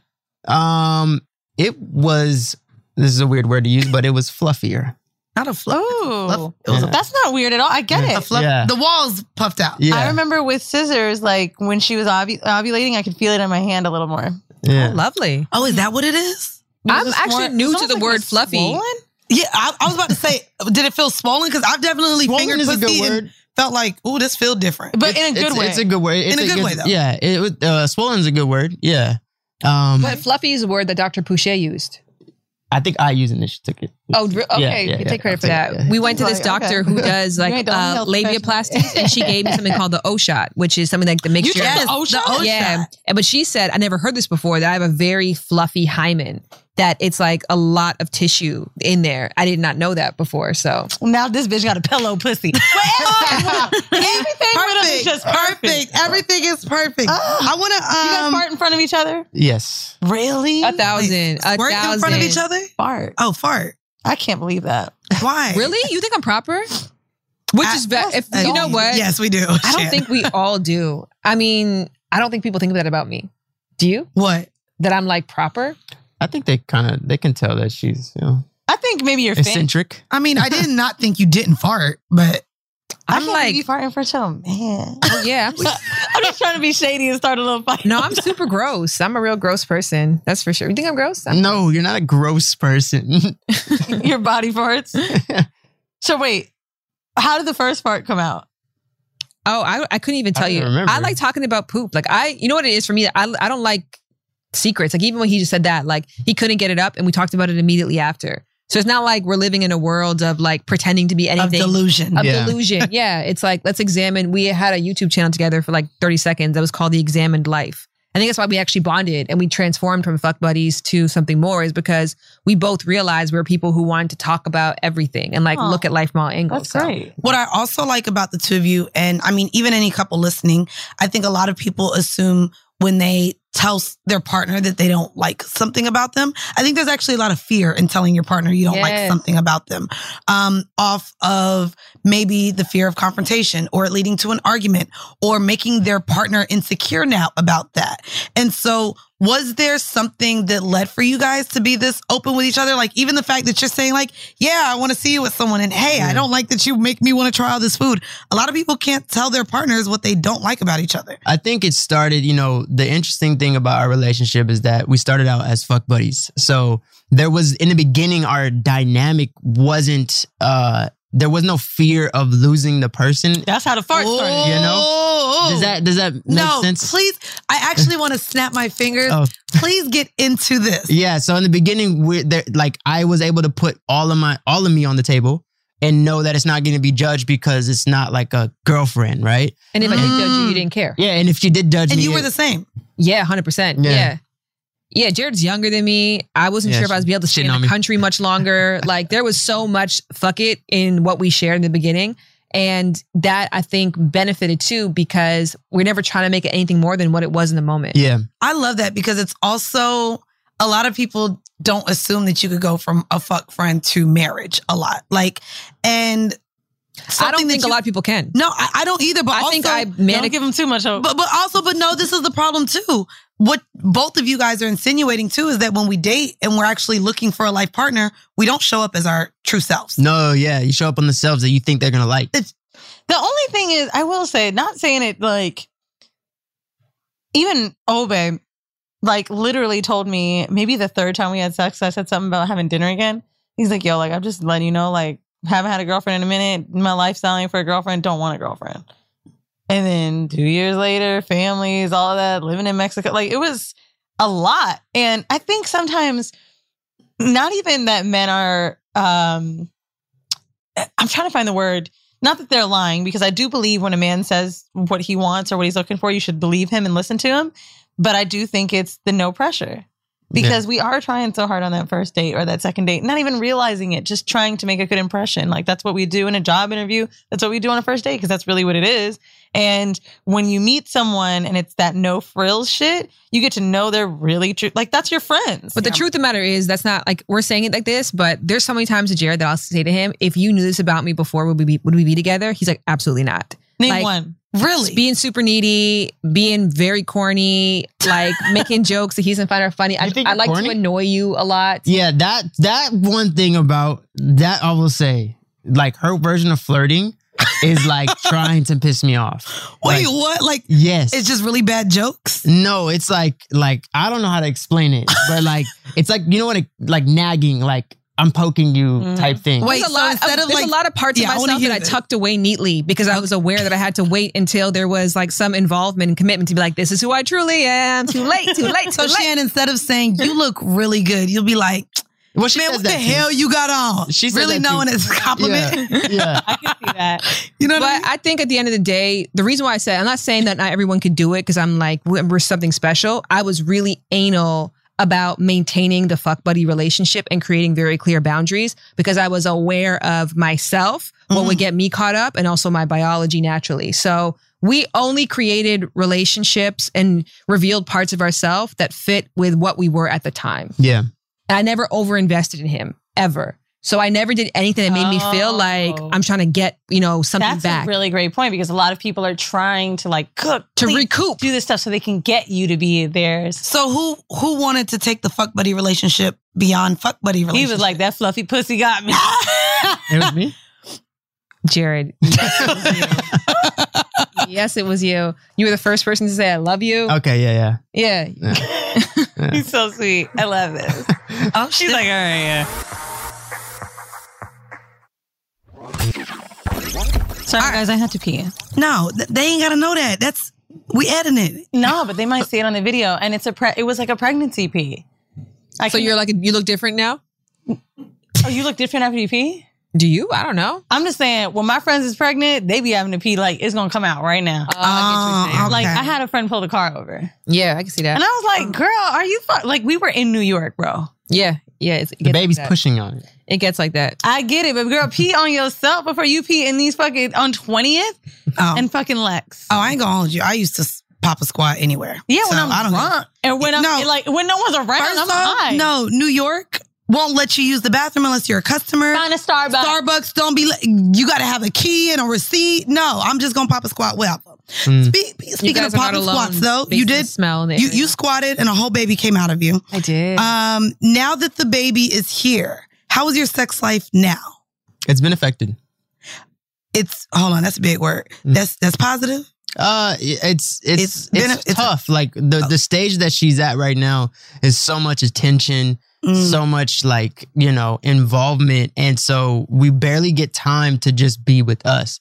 um it was this is a weird word to use, but it was fluffier. Not a fluff. Ooh, It was a- that's not weird at all. I get Yeah. A it. fluff. Yeah. The walls puffed out. Yeah. I remember with scissors, like when she was ovu- ovulating, I could feel it in my hand a little more. yeah. lovely. Oh, is that what it is? I'm It was actually more- new it's to almost the like word it's fluffy. swollen? Yeah, I, I was about to say, did it feel swollen? Because I've definitely Swollen fingered is a pussy good and word. felt like, ooh, this feel different. but in a good it's, way. It's a good word. It's a good way, though. Yeah. It was uh swollen's a good word. Yeah. Um But fluffy is a word that Dr. Pouchet used. I think I used it. She took it. Oh, dr- okay. Yeah, yeah, you yeah, take credit for I'll that. take it, yeah. We went to this Like, doctor okay. who does You like ain't the only uh, health labiaplasty, professional. and she gave me something called the O shot, which is something like the makes You your took the O yeah. shot? Yeah, And- but she said I never heard this before that I have a very fluffy hymen. That it's like a lot of tissue in there. I did not know that before. So now this bitch got a pillow pussy. Everything with us perfect, is just perfect. perfect. Everything is perfect. Ugh. I want to. Um, You guys fart in front of each other? Yes. Really? a thousand, a Squirt thousand in front of each other? fart. Oh, fart. I can't believe that. Why? Really? You think I'm proper? Which I- is bad. If Uh, you know what? Yes, we do. I don't think we all do. I mean, I don't think people think that about me. Do you? What? That I'm like proper? I think they kinda they can tell that she's you know I think maybe you're fan- eccentric. I mean, I did not think you didn't fart, but I I'm can't like, believe you farting for your man. oh, yeah. I'm- I'm just trying to be shady and start a little fight. No, I'm super gross. I'm a real gross person. That's for sure. You think I'm gross? I'm- No, you're not a gross person. your body parts. so wait, how did the first part come out? Oh, I, I couldn't even I tell you. don't remember. I like talking about poop. Like I, you know what it is for me. I I don't like secrets. Like even when he just said that, like he couldn't get it up, and we talked about it immediately after. So it's not like we're living in a world of like pretending to be of anything. delusion. of Yeah. delusion. Yeah. It's like, let's examine. We had a YouTube channel together for like 30 seconds that was called The Examined Life. I think that's why we actually bonded and we transformed from fuck buddies to something more is because we both realized we were people who wanted to talk about everything and like Aw. look at life from all angles. That's So, great. What I also like about the two of you, and I mean, even any couple listening, I think a lot of people assume when they tell s- their partner that they don't like something about them. I think there's actually a lot of fear in telling your partner you don't like Yes. something about them, um, off of maybe the fear of confrontation or it leading to an argument or making their partner insecure now about that. And so, was there something that led for you guys to be this open with each other? Like, even the fact that you're saying, like, yeah, I want to see you with someone, and hey, I don't like that you make me want to try all this food. A lot of people can't tell their partners what they don't like about each other. I think it started, you know, the interesting thing about our relationship is that we started out as fuck buddies. So there was, in the beginning, our dynamic wasn't, uh, there was no fear of losing the person. That's how the fart started. you know? Does that, does that make Oh. no, sense? please. I actually want to snap my fingers. Oh. Please get into this. Yeah. So in the beginning, we're there, like I was able to put all of my all of me on the table and know that it's not going to be judged because it's not like a girlfriend, right? And if I did judge you, Mm. you didn't care. Yeah. And if she did judge And me, you were it- the same. Yeah, hundred percent. Yeah. Yeah. Yeah, Jared's younger than me. I wasn't Yeah, sure if I was be able to shitting stay in on the me. country much longer. like there was so much fuck it in what we shared in the beginning. And that I think benefited too because we're never trying to make it anything more than what it was in the moment. yeah, I love that because it's also a lot of people don't assume that you could go from a fuck friend to marriage a lot. Like, and I don't something that think a you- lot of people can. No, I, I don't either. But I also, think I Don't manic- give him too much hope. but but also, but no, this is the problem too. What both of you guys are insinuating too is that when we date and we're actually looking for a life partner, we don't show up as our true selves. no, yeah. You show up on the selves that you think they're going to like. The only thing is, I will say, not saying it like even Obe, like literally told me maybe the third time we had sex, I said something about having dinner again. He's like, yo, like I'm just letting you know, like haven't had a girlfriend in a minute. My life's styling for a girlfriend. Don't want a girlfriend. And then two years later, families, all of that, living in Mexico, like it was a lot. And I think sometimes not even that men are. um I'm trying to find the word not that they're lying because I do believe when a man says what he wants or what he's looking for, you should believe him and listen to him. But I do think it's the no pressure because we are trying so hard on that first date or that second date, not even realizing it, just trying to make a good impression. Like that's what we do in a job interview. That's what we do on a first date because that's really what it is. And when you meet someone and it's that no frills shit, you get to know they're really true. Like that's your friends. But the truth of the matter is, that's not like we're saying it like this. But there's so many times to Jared that I'll say to him, "If you knew this about me before, would we be would we be together?" He's like, "Absolutely not." Name like- one. Really, Being super needy, being very corny, like making jokes that he doesn't find are funny. I, You think I you're like corny? to annoy you a lot. Yeah, that that one thing about that I will say, like her version of flirting is like trying to piss me off. wait, Like, what? Like yes. it's just really bad jokes. no, it's like like I don't know how to explain it, but like it's like you know what it, like nagging, like I'm poking you type thing. Mm-hmm. Wait, There's so a lot, instead of, of there's like, a lot of parts Yeah, I of wanna myself hear that I this. tucked away neatly because I was aware that I had to wait until there was like some involvement and commitment to be like, this is who I truly am. Too late, too late, too so late. Shannon, instead of saying you look really good, you'll be like, Well, she man, says what the that too. hell you got on? She said really that too. knowing it's a compliment. Yeah. yeah. I can see that. You know what I Um, mean? But I think at the end of the day, the reason why I said I'm not saying that not everyone could do it because I'm like we're, we're something special. I was really anal about maintaining the fuck buddy relationship and creating very clear boundaries because I was aware of myself, what Mm. would get me caught up, and also my biology naturally. So we only created relationships and revealed parts of ourselves that fit with what we were at the time. Yeah. And I never overinvested in him ever. So I never did anything that made me feel like Oh. I'm trying to get, you know, something That's back a really great point because a lot of people are trying to like cook to clean, recoup. do this stuff so they can get you to be theirs. So who who wanted to take the fuck buddy relationship beyond fuck buddy He relationship? was like, "That fluffy pussy got me." It was me. Jared, yes, it was you. yes, it was you. You were the first person to say, I love you. Okay, Oh. yeah, Yeah. yeah. He's so sweet. I love it. yeah. Oh, she's like, all right, yeah. Sorry, guys, I had to pee. No, th- they ain't gotta know that. That's we editing it. No, but they might see it on the video, and it's a pre- it was like a pregnancy pee. I So can- you're like, you look different now? oh, you look different after you pee. Do you? I don't know. I'm just saying, when my friends is pregnant, they be having to pee like it's gonna come out right now. Oh, I get what you're saying. Oh, Like okay. I had a friend pull the car over, and yeah, I can see that. I was like, "Girl, are you fu-? like we were in New York, bro? Yeah. Yeah. It's, it The gets baby's like that. pushing on it. It gets like that. I get it, but girl, pee on yourself before you pee in these fucking on twentieth Oh, and fucking Lex. oh, I ain't gonna hold you. I used to s- pop a squat anywhere. Yeah, when So, I'm I don't know. drunk and when I'm No. like when no one's around, First I'm off, high. no, New York won't let you use the bathroom unless you're a customer. find a Starbucks. Starbucks don't be. let- You got to have a key and a receipt. No, I'm just gonna pop a squat with Alpha. Mm. Spe- speaking of popping squats, though, based you on the did. smell. in the You, area. you squatted and a whole baby came out of you. I did. Um, now that the baby is here, how is your sex life now? It's been affected. It's hold on, that's a big word. Mm. That's that's positive. Uh, it's it's It's it's, been a- it's a- Oh. tough. like the the stage that she's at right now is so much attention, Mm. so much like you know involvement, and so we barely get time to just be with us.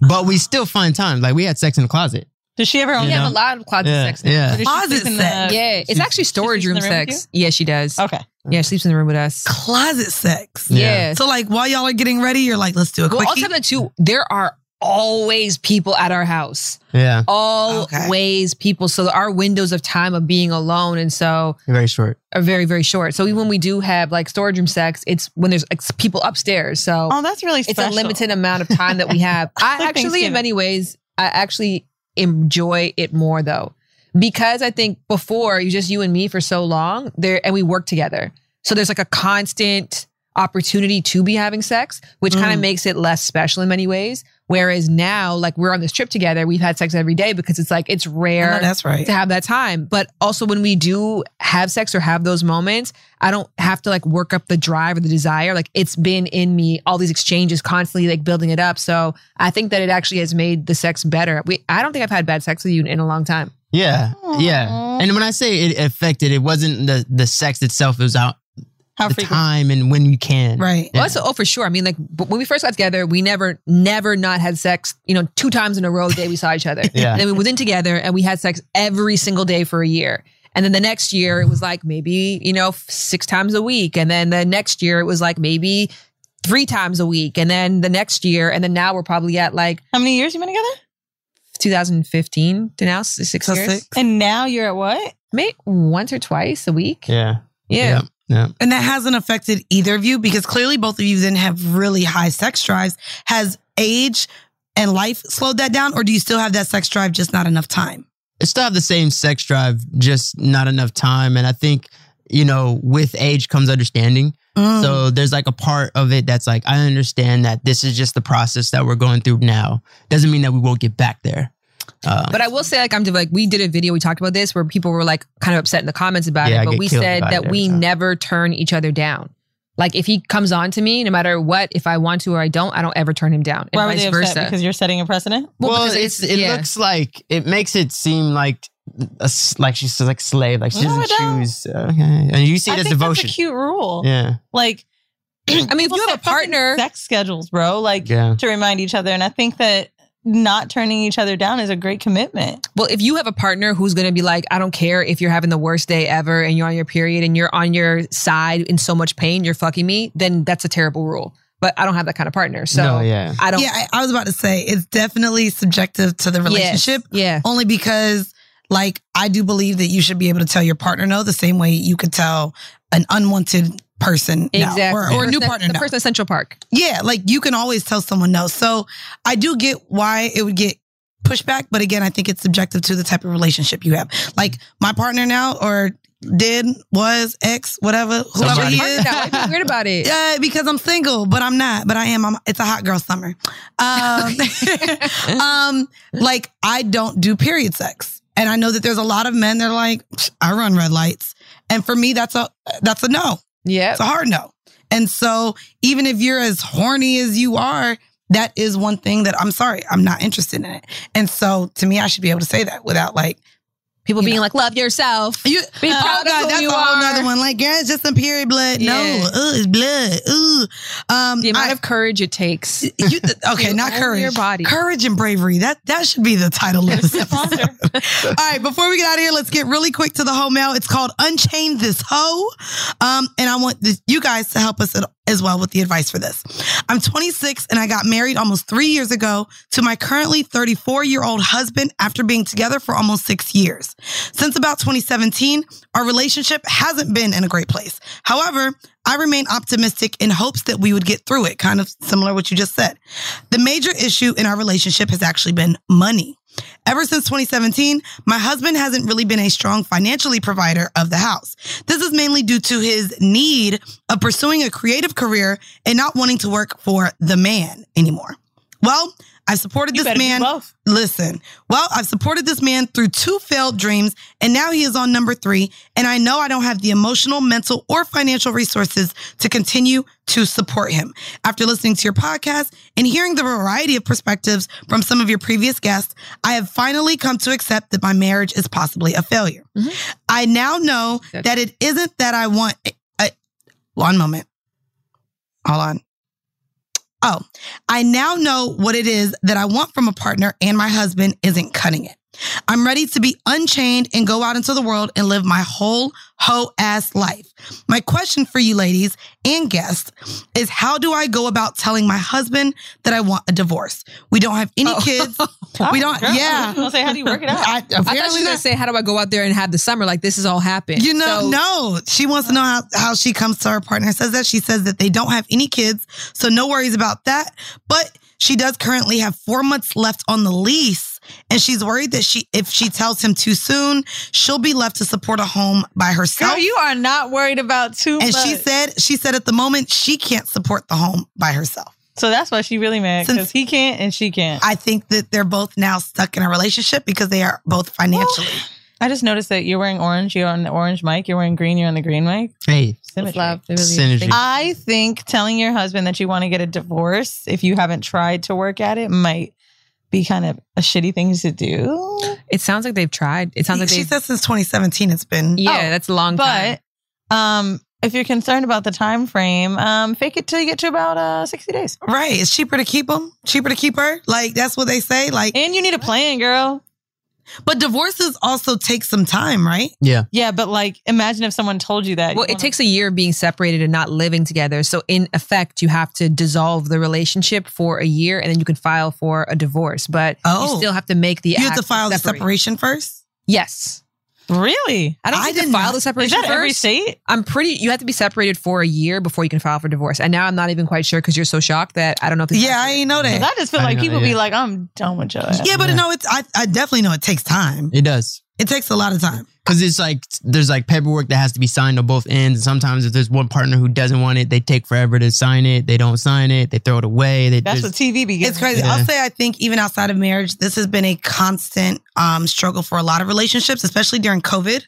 But we still find time. Like we had sex in the closet. Does she ever? you we have know? a lot of closet Yeah, sex. now. yeah. Does she Closet sleep in sex. the- Yeah, it's She's- actually storage she sleeps in room the room with Oh. sex. Yeah, she does. Okay. Yeah, she sleeps in the room with us. Closet sex. Yeah. Yeah. So like while y'all are getting ready, you're like, let's do a well, quickie. also have that too. There are always people at our house. Yeah, Okay. Always people. So our windows of time of being alone and so very short. are very very short. So even when we do have like storage room sex, it's when there's like, people upstairs. So Oh, that's really it's special. a limited amount of time that we have. I Like actually, in Thanksgiving. many ways, I actually enjoy it more though, because I think before you just you and me for so long there, and we work together. So there's like a constant opportunity to be having sex, which kind Mm. of makes it less special in many ways. Whereas now, like we're on this trip together, we've had sex every day because it's like it's I know rare that's right. to have that time. But also when we do have sex or have those moments, I don't have to like work up the drive or the desire. Like it's been in me all these exchanges constantly like building it up. So I think that it actually has made the sex better. We I don't think I've had bad sex with you in, in a long time. Yeah, yeah. And when I say it affected, it wasn't the the sex itself. It was out How the frequent? time and when you can. Right. Yeah. Well, so, oh for sure. I mean like but when we first got together, we never never not had sex, you know, two times in a row the day we saw each other. Yeah. And then we went in together and we had sex every single day for a year. And then the next year it was like maybe, you know, f- six times a week. And then the next year it was like maybe three times a week. And then the next year, and then now we're probably at like How many years you been together? 2015 to now, s- six So years. sick. And now you're at what? Maybe once or twice a week. Yeah. Yeah. Yeah. And that hasn't affected either of you because clearly both of you then have really high sex drives. Has age and life slowed that down, or do you still have that sex drive, just not enough time? I still have the same sex drive, just not enough time. And I think, you know, with age comes understanding. Mm. So there's like a part of it that's like, I understand that this is just the process that we're going through now. Doesn't mean that we won't get back there. Um, But I will say, like, I'm like, we did a video, we talked about this where people were like kind of upset in the comments about Yeah, I it, but get we killed said about it that every we time. never turn each other down. Like, if he comes on to me, no matter what, if I want to or I don't, I don't ever turn him down. And Why were vice they upset? versa. Because you're setting a precedent. well, because it's, it yeah. looks like it makes it seem like a, s- like she's like slave, like she No, doesn't I don't. choose. Okay. And you see I it as think devotion. that's a cute rule. yeah. Like, I mean, if people you have set a fucking partner, sex schedules, bro. Like Yeah. to remind each other, and I think that not turning each other down is a great commitment. well, if you have a partner who's going to be like, I don't care if you're having the worst day ever and you're on your period and you're on your side in so much pain, you're fucking me, then that's a terrible rule. But I don't have that kind of partner. So no, yeah. I don't. yeah, I, I was about to say it's definitely subjective to the relationship, Yeah. only because like I do believe that you should be able to tell your partner no the same way you could tell an unwanted person no, Exactly. or, or a new partner The no. person at Central Park. Yeah, like you can always tell someone no. So I do get why it would get pushback, but again, I think it's subjective to the type of relationship you have. Like my partner now, or did, was, ex, whatever, whoever Somebody. he Partner is. now, why are you weird about it? Yeah, Uh, because I'm single, but I'm not. But I am. I'm, it's a hot girl summer. Um, um, like I don't do period sex, and I know that there's a lot of men. They're like, "Psh, I run red lights, and for me, that's a that's a no. Yeah. It's a hard no. And so even if you're as horny as you are, that is one thing that I'm sorry, I'm not interested in it. And so to me, I should be able to say that without like People You being know. like, love yourself. you. Oh, Be proud of who that's Uh, you a whole are. nother one. Like, girl, it's just some period blood. Yeah. No, ugh, it's blood. Ooh, um, The amount I- of courage it takes. you, okay, to not own courage. your body. Courage and bravery. That that should be the title of this episode. All right, before we get out of here, let's get really quick to the whole mail. It's called Unchain This Hoe. Um, and I want this, you guys to help us at- as well with the advice for this. I'm 26 and I got married almost three years ago to my currently 34 year old husband after being together for almost six years. Since about 2017, our relationship hasn't been in a great place. However, I remain optimistic in hopes that we would get through it, kind of similar to what you just said. The major issue in our relationship has actually been money. Ever since 2017, my husband hasn't really been a strong financially provider of the house. This is mainly due to his need of pursuing a creative career and not wanting to work for the man anymore. Well, I've supported this better do man. both. Listen, well, I've supported this man through two failed dreams, and now he is on number three. And I know I don't have the emotional, mental, or financial resources to continue to support him. After listening to your podcast and hearing the variety of perspectives from some of your previous guests, I have finally come to accept that my marriage is possibly a failure. I now know Good. that it isn't that I want. I, one moment. Hold on. Oh, I now know what it is that I want from a partner, and my husband isn't cutting it. I'm ready to be unchained and go out into the world and live my whole hoe ass life. My question for you ladies and guests is how do I go about telling my husband that I want a divorce? We don't have any kids. we don't, Oh, Girl, I yeah. was gonna say, how do you work it out? I, I thought she was going to say, how do I go out there and have the summer? Like, this has all happened. you know, So- no. She wants to know how, how she comes to her partner. Says that she says that they don't have any kids, so no worries about that. But she does currently have four months left on the lease, and she's worried that she, if she tells him too soon, she'll be left to support a home by herself. Girl, you are not worried about too and much. she said, she said at the moment she can't support the home by herself. so that's why she really mad Since- because he can't and she can't. I think that they're both now stuck in a relationship because they are both financially. I just noticed that you're wearing orange. You're on the orange mic. You're wearing green. You're on the green mic. Hey, Symmetry. Um, Synergy. I think telling your husband that you want to get a divorce if you haven't tried to work at it might be kind of a shitty thing to do. It sounds like they've tried. It sounds like she they. says since 2017 it's been. Yeah, Oh, that's a long time. But um, if you're concerned about the time frame, um, fake it till you get to about uh, 60 days. Right. It's cheaper to keep them, cheaper to keep her. Like, that's what they say. Like, And you need a plan, girl. but divorces also take some time, right? yeah. Yeah, but like imagine if someone told you that. You Well, it wanna- takes a year of being separated and not living together. So, in effect, you have to dissolve the relationship for a year and then you can file for a divorce. But Oh. you still have to make the You have act to file the separate. separation first. Yes. Really? I don't I think to did file not- the Is separation that every first. state? I'm pretty, you have to be separated for a year before you can file for divorce. And now I'm not even quite sure because you're so shocked that I don't know if it's Yeah, I ain't know that. 'Cause I just feel I like know, people yeah. be like, I'm done with your ass. yeah, but no, it's I, I definitely know it takes time. It does. It takes a lot of time. Cause it's like there's like paperwork that has to be signed on both ends. And sometimes if there's one partner who doesn't want it, they take forever to sign it. They don't sign it. They throw it away. They That's just, what TV be It's giving. crazy. Yeah. I'll say I think even outside of marriage, this has been a constant um, struggle for a lot of relationships, especially during COVID.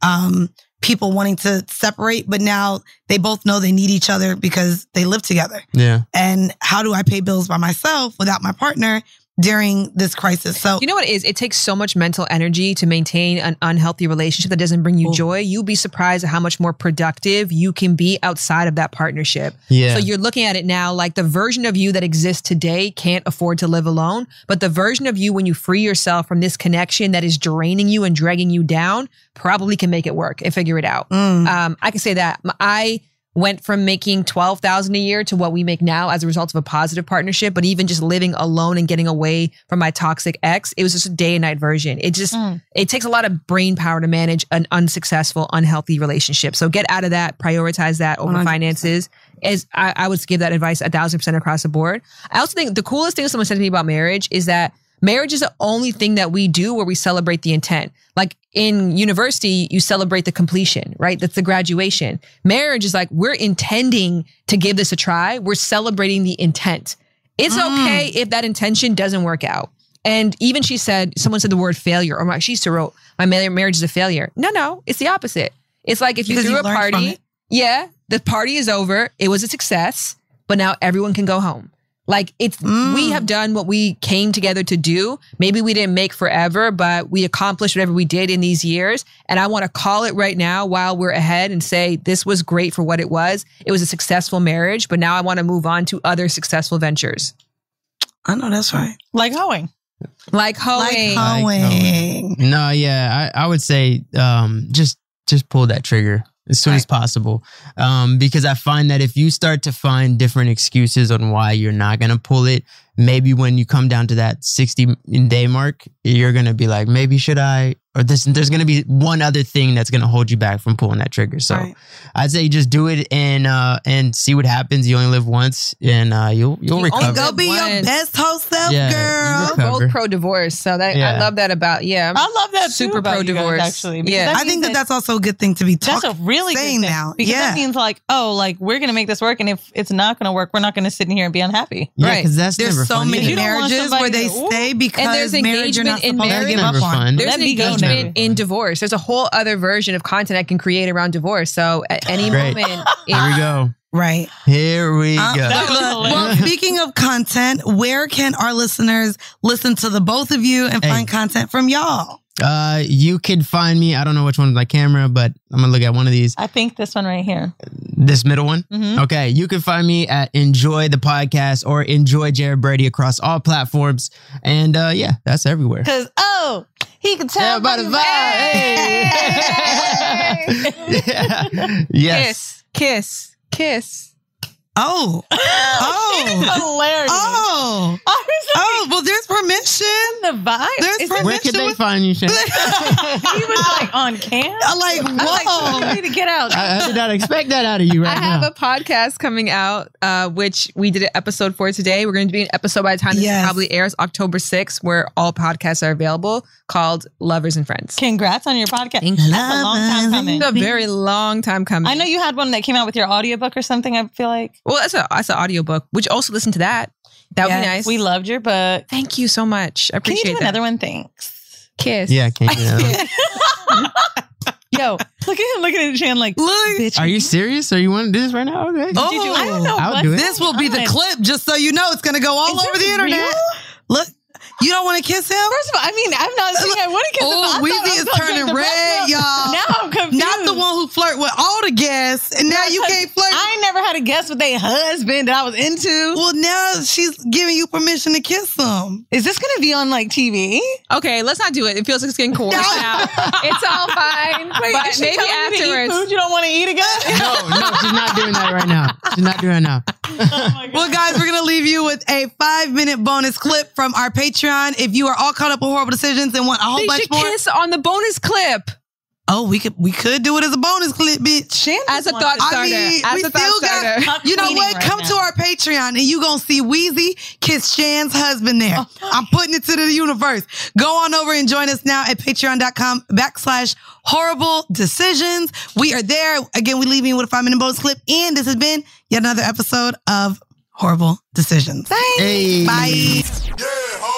Um, people wanting to separate, but now they both know they need each other because they live together. yeah. And how do I pay bills by myself without my partner during this crisis? So You know what it is? It takes so much mental energy to maintain an unhealthy relationship that doesn't bring you Ooh. joy. You'll be surprised at how much more productive you can be outside of that partnership. Yeah. So you're looking at it now like the version of you that exists today can't afford to live alone, but the version of you when you free yourself from this connection that is draining you and dragging you down probably can make it work and figure it out. Mm. Um, I can say that M- I went from making twelve thousand a year to what we make now as a result of a positive partnership. But even just living alone and getting away from my toxic ex, it was just a day and night version. It just Mm. it takes a lot of brain power to manage an unsuccessful, unhealthy relationship. So get out of that. Prioritize that over 100%. finances. As I, I would give that advice a thousand percent across the board. I also think the coolest thing someone said to me about marriage is that marriage is the only thing that we do where we celebrate the intent. Like in university, you celebrate the completion, right? That's the graduation. Marriage is like we're intending to give this a try. We're celebrating the intent. It's Mm. okay if that intention doesn't work out. And even she said, someone said the word failure, or my, she used to wrote, my ma- marriage is a failure. No, no, it's the opposite. It's like if you Because threw you a learned from party, it. yeah, the party is over, it was a success, but now everyone can go home. Like it's Mm. we have done what we came together to do. Maybe we didn't make forever, but we accomplished whatever we did in these years. And I want to call it right now while we're ahead and say this was great for what it was. It was a successful marriage, but now I want to move on to other successful ventures. I know that's right. Like hoeing. Like Like hoeing. Like hoeing. No, yeah, I, I would say um, just just pull that trigger as soon as possible, um, because I find that if you start to find different excuses on why you're not gonna pull it, maybe when you come down to that sixty day mark, you're gonna be like, maybe should I? Or this, there's gonna be one other thing that's gonna hold you back from pulling that trigger. So Right. I'd say just do it and uh, and see what happens. You only live once, and uh, you'll you'll You only recover. And go Covered be your once. best host self, Yeah, girl. you We're both Cover. pro divorce, so that I Yeah. love that about yeah. I love that Super too about you guys, pro-divorce. actually. because Yeah. I means think that that's also a good thing to be that's a talking. really good saying thing now. because Yeah. that means like oh like we're gonna make this work and if it's not gonna work we're not gonna sit in here and be unhappy Yeah, Right. because that's never There's so fun many either. You don't want marriages somebody where they to- ooh. stay And because there's marriage you're not engagement in supposed to marriage. give up Never on. fun. There's Let an me go engagement now. in divorce. There's a whole other version of content I can create around divorce. So at any Great. moment, Here we go. Right. Here we Uh, go. That was look, hilarious. well, speaking of content, where can our listeners listen to the both of you and Hey. find content from y'all? Uh, you can find me. I don't know which one's my camera, but I'm gonna look at one of these. I think this one right here This middle one. Mhm. Okay, you can find me at Enjoy the Podcast or Enjoy Jared Brady across all platforms. And uh, yeah, that's everywhere. because oh he can tell Yeah, by the your vibe. Hey. Yeah. Yes. kiss, kiss, kiss. Oh, It's oh, hilarious oh, I was like, oh. Well, there's permission. the vibe There's Is permission. Where can they find you, Shannon? that- he was like on cam I'm Uh, like, I was like, Oh, whoa. I need to get out I, I did not expect that out of you right I have now. a podcast coming out, uh, which we did an episode for today. We're going to be an episode by the time this Yes. probably airs October 6th, where all podcasts are available called Lovers and Friends. congrats on your podcast Thank that's a long time coming It's a very long time coming. I know you had one that came out with your audiobook or something I feel like Well, that's a that's an audiobook, which also listen to that. That would be Yes. nice. we loved your book Thank you so much. I can you appreciate do that. another one thanks kiss? yeah, can't do that. yo look at him loooking at Chan like Look, bitch Are you serious? Are you want to do this right now? Okay. Oh, Did you- I don't know I'll what do it. this will be the God. clip, just so you know. It's gonna go all Is over this the internet. real? Look, you don't want to kiss him. First of all, I mean, I'm not saying I want to kiss him. I Oh, thought I Weezy was is gonna drink turning the red, Red Bull. y'all. Now I'm confused. Not the one who flirt with all the guests, and now you can't flirt. I ain't never had a guest with a husband that I was into. Well, now she's giving you permission to kiss him. Is this going to be on like TV? Okay, let's not do it. It feels like it's getting coerced now. It's all fine, but is she telling you to maybe eat food afterwards. you don't want to eat again. No, no, she's not doing that right now. She's not doing that now. Well, guys, we're gonna leave you with a five-minute bonus clip from our Patreon. If you are all caught up in horrible decisions and want a whole They bunch should more, kiss on the bonus clip oh, we could we could do it as a bonus clip, bitch. Chan as a wants thought to- I starter. mean, as we a thought still got- starter. I'm You know tweeting what? right Come now. to our Patreon and you gonna see Wheezy kiss Shan's husband there. I'm putting it to the universe. Go on over and join us now at patreon.com backslash horrible decisions. We are there. Again, we leave you with a five minute bonus clip. And this has been yet another episode of Horrible Decisions. Hey. Bye.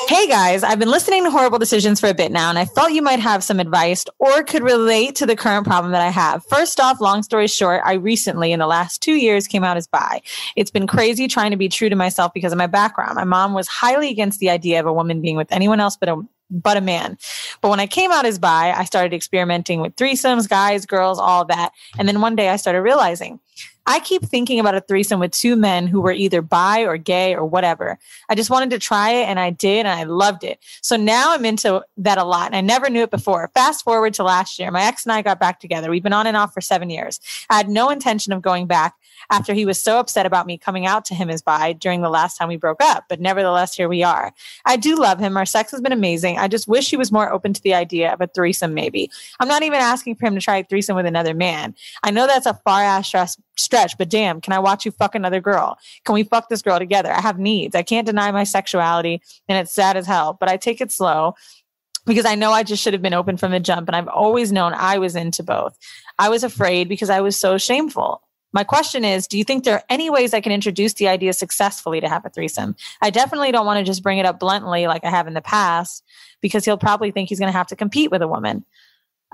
Hey guys, I've been listening to Horrible Decisions for a bit now, and I felt you might have some advice or could relate to the current problem that I have. First off, long story short, I recently, in the last two years, came out as bi. It's been crazy trying to be true to myself because of my background. My mom was highly against the idea of a woman being with anyone else but a but a man. But when I came out as bi, I started experimenting with threesomes, guys, girls, all that. And then one day I started realizing I keep thinking about a threesome with two men who were either bi or gay or whatever. I just wanted to try it and I did and I loved it. So now I'm into that a lot and I never knew it before. Fast forward to last year, my ex and I got back together. We've been on and off for seven years. I had no intention of going back after he was so upset about me coming out to him as bi during the last time we broke up, but nevertheless, here we are. I do love him. Our sex has been amazing. I just wish he was more open to the idea of a threesome, maybe. I'm not even asking for him to try a threesome with another man. I know that's a far ass stress- stretch, but damn, can I watch you fuck another girl? Can we fuck this girl together? I have needs. I can't deny my sexuality, and it's sad as hell, but I take it slow because I know I just should have been open from the jump, and I've always known I was into both. I was afraid because I was so shameful. My question is Do you think there are any ways I can introduce the idea successfully to have a threesome? I definitely don't want to just bring it up bluntly like I have in the past because he'll probably think he's going to have to compete with a woman.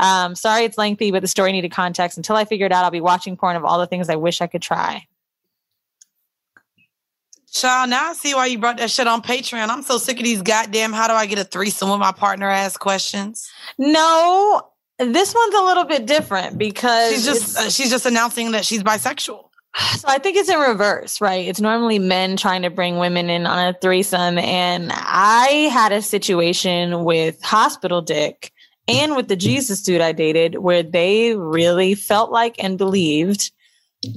Um, sorry, it's lengthy, but the story needed context. Until I figure it out, I'll be watching porn of all the things I wish I could try. Child, now I see why you brought that shit on Patreon. I'm so sick of these goddamn how do I get a threesome with my partner ass questions. No, this one's a little bit different because She's just it's- uh, she's just announcing that she's bisexual. So I think it's in reverse, right? It's normally men trying to bring women in on a threesome. And I had a situation with Hospital Dick and with the Jesus dude I dated where they really felt like and believed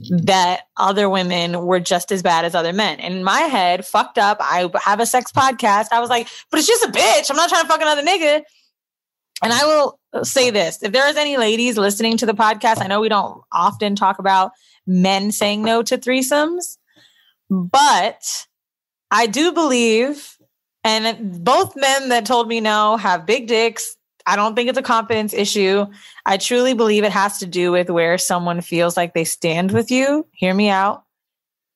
that other women were just as bad as other men. And in my head, fucked up, I have a sex podcast. I was like, but it's just a bitch. I'm not trying to fuck another nigga. And I will say this if there is any ladies listening to the podcast, I know we don't often talk about men saying no to threesomes. But I do believe, and both men that told me no have big dicks. I don't think it's a confidence issue. I truly believe it has to do with where someone feels like they stand with you. Hear me out.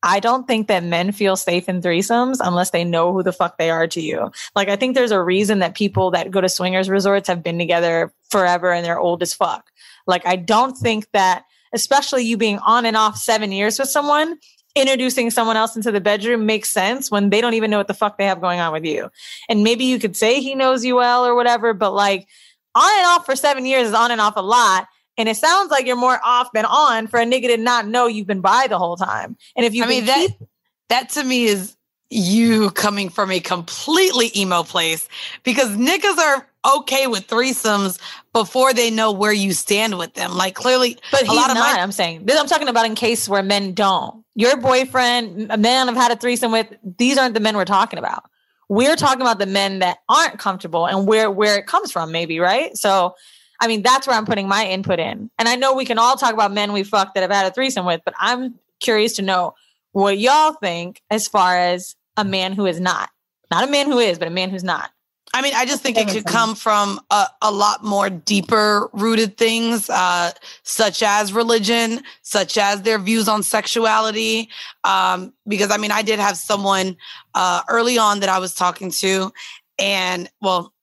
I don't think that men feel safe in threesomes unless they know who the fuck they are to you. Like, I think there's a reason that people that go to swingers resorts have been together forever and they're old as fuck. Like, I don't think that especially you being on and off seven years with someone, introducing someone else into the bedroom makes sense when they don't even know what the fuck they have going on with you. And maybe you could say he knows you well or whatever, but like on and off for seven years is on and off a lot. And it sounds like you're more off than on for a nigga to not know you've been by the whole time. And if you I mean can that keep- that to me is you coming from a completely emo place because niggas are okay with threesomes before they know where you stand with them. Like clearly, But he's lot of my- not. I'm saying this. I'm talking about in case where men don't. Your boyfriend, a man I've had a threesome with. These aren't the men we're talking about. We're talking about the men that aren't comfortable and where where it comes from, maybe right. So, I mean, that's where I'm putting my input in. And I know we can all talk about men we fucked that have had a threesome with, but I'm curious to know what y'all think as far as a man who is not, not a man who is, but a man who's not. I mean, I just think it That could makes come from a, a lot more deeper rooted things, uh, such as religion, such as their views on sexuality. Um, because I mean, I did have someone uh, early on that I was talking to, and well,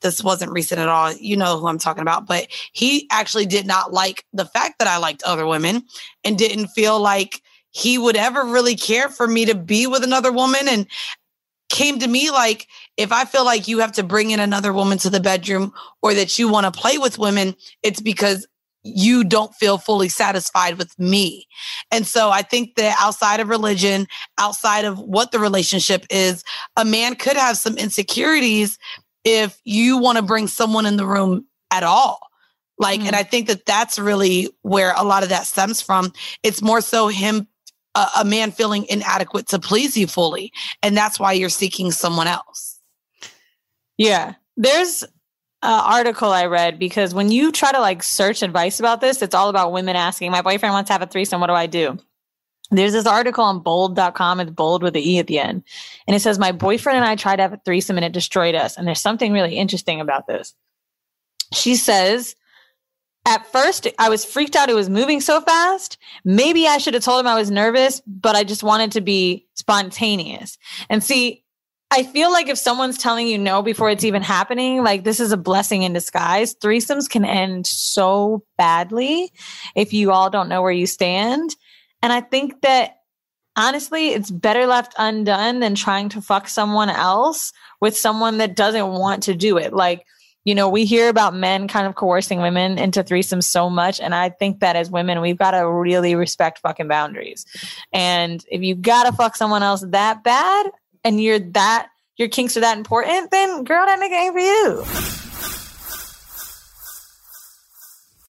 this wasn't recent at all. You know who I'm talking about, but he actually did not like the fact that I liked other women and didn't feel like he would ever really care for me to be with another woman and came to me like, if I feel like you have to bring in another woman to the bedroom or that you want to play with women, it's because you don't feel fully satisfied with me. And so I think that outside of religion, outside of what the relationship is, a man could have some insecurities if you want to bring someone in the room at all. Like, and I think that that's really where a lot of that stems from. It's more so him, a, a man feeling inadequate to please you fully. And that's why you're seeking someone else. Yeah. There's an article I read because when you try to like search advice about this, it's all about women asking, My boyfriend wants to have a threesome. What do I do? There's this article on bold.com. It's bold with the E at the end. And it says, My boyfriend and I tried to have a threesome and it destroyed us. And there's something really interesting about this. She says, At first, I was freaked out. It was moving so fast. Maybe I should have told him I was nervous, but I just wanted to be spontaneous. And see, I feel like if someone's telling you no before it's even happening, like this is a blessing in disguise. Threesomes can end so badly if you all don't know where you stand. And I think that honestly, it's better left undone than trying to fuck someone else with someone that doesn't want to do it. Like, you know, we hear about men kind of coercing women into threesomes so much. And I think that as women, we've got to really respect fucking boundaries. And if you got to fuck someone else that bad, and you're that your kinks are that important, then girl, that nigga ain't for you.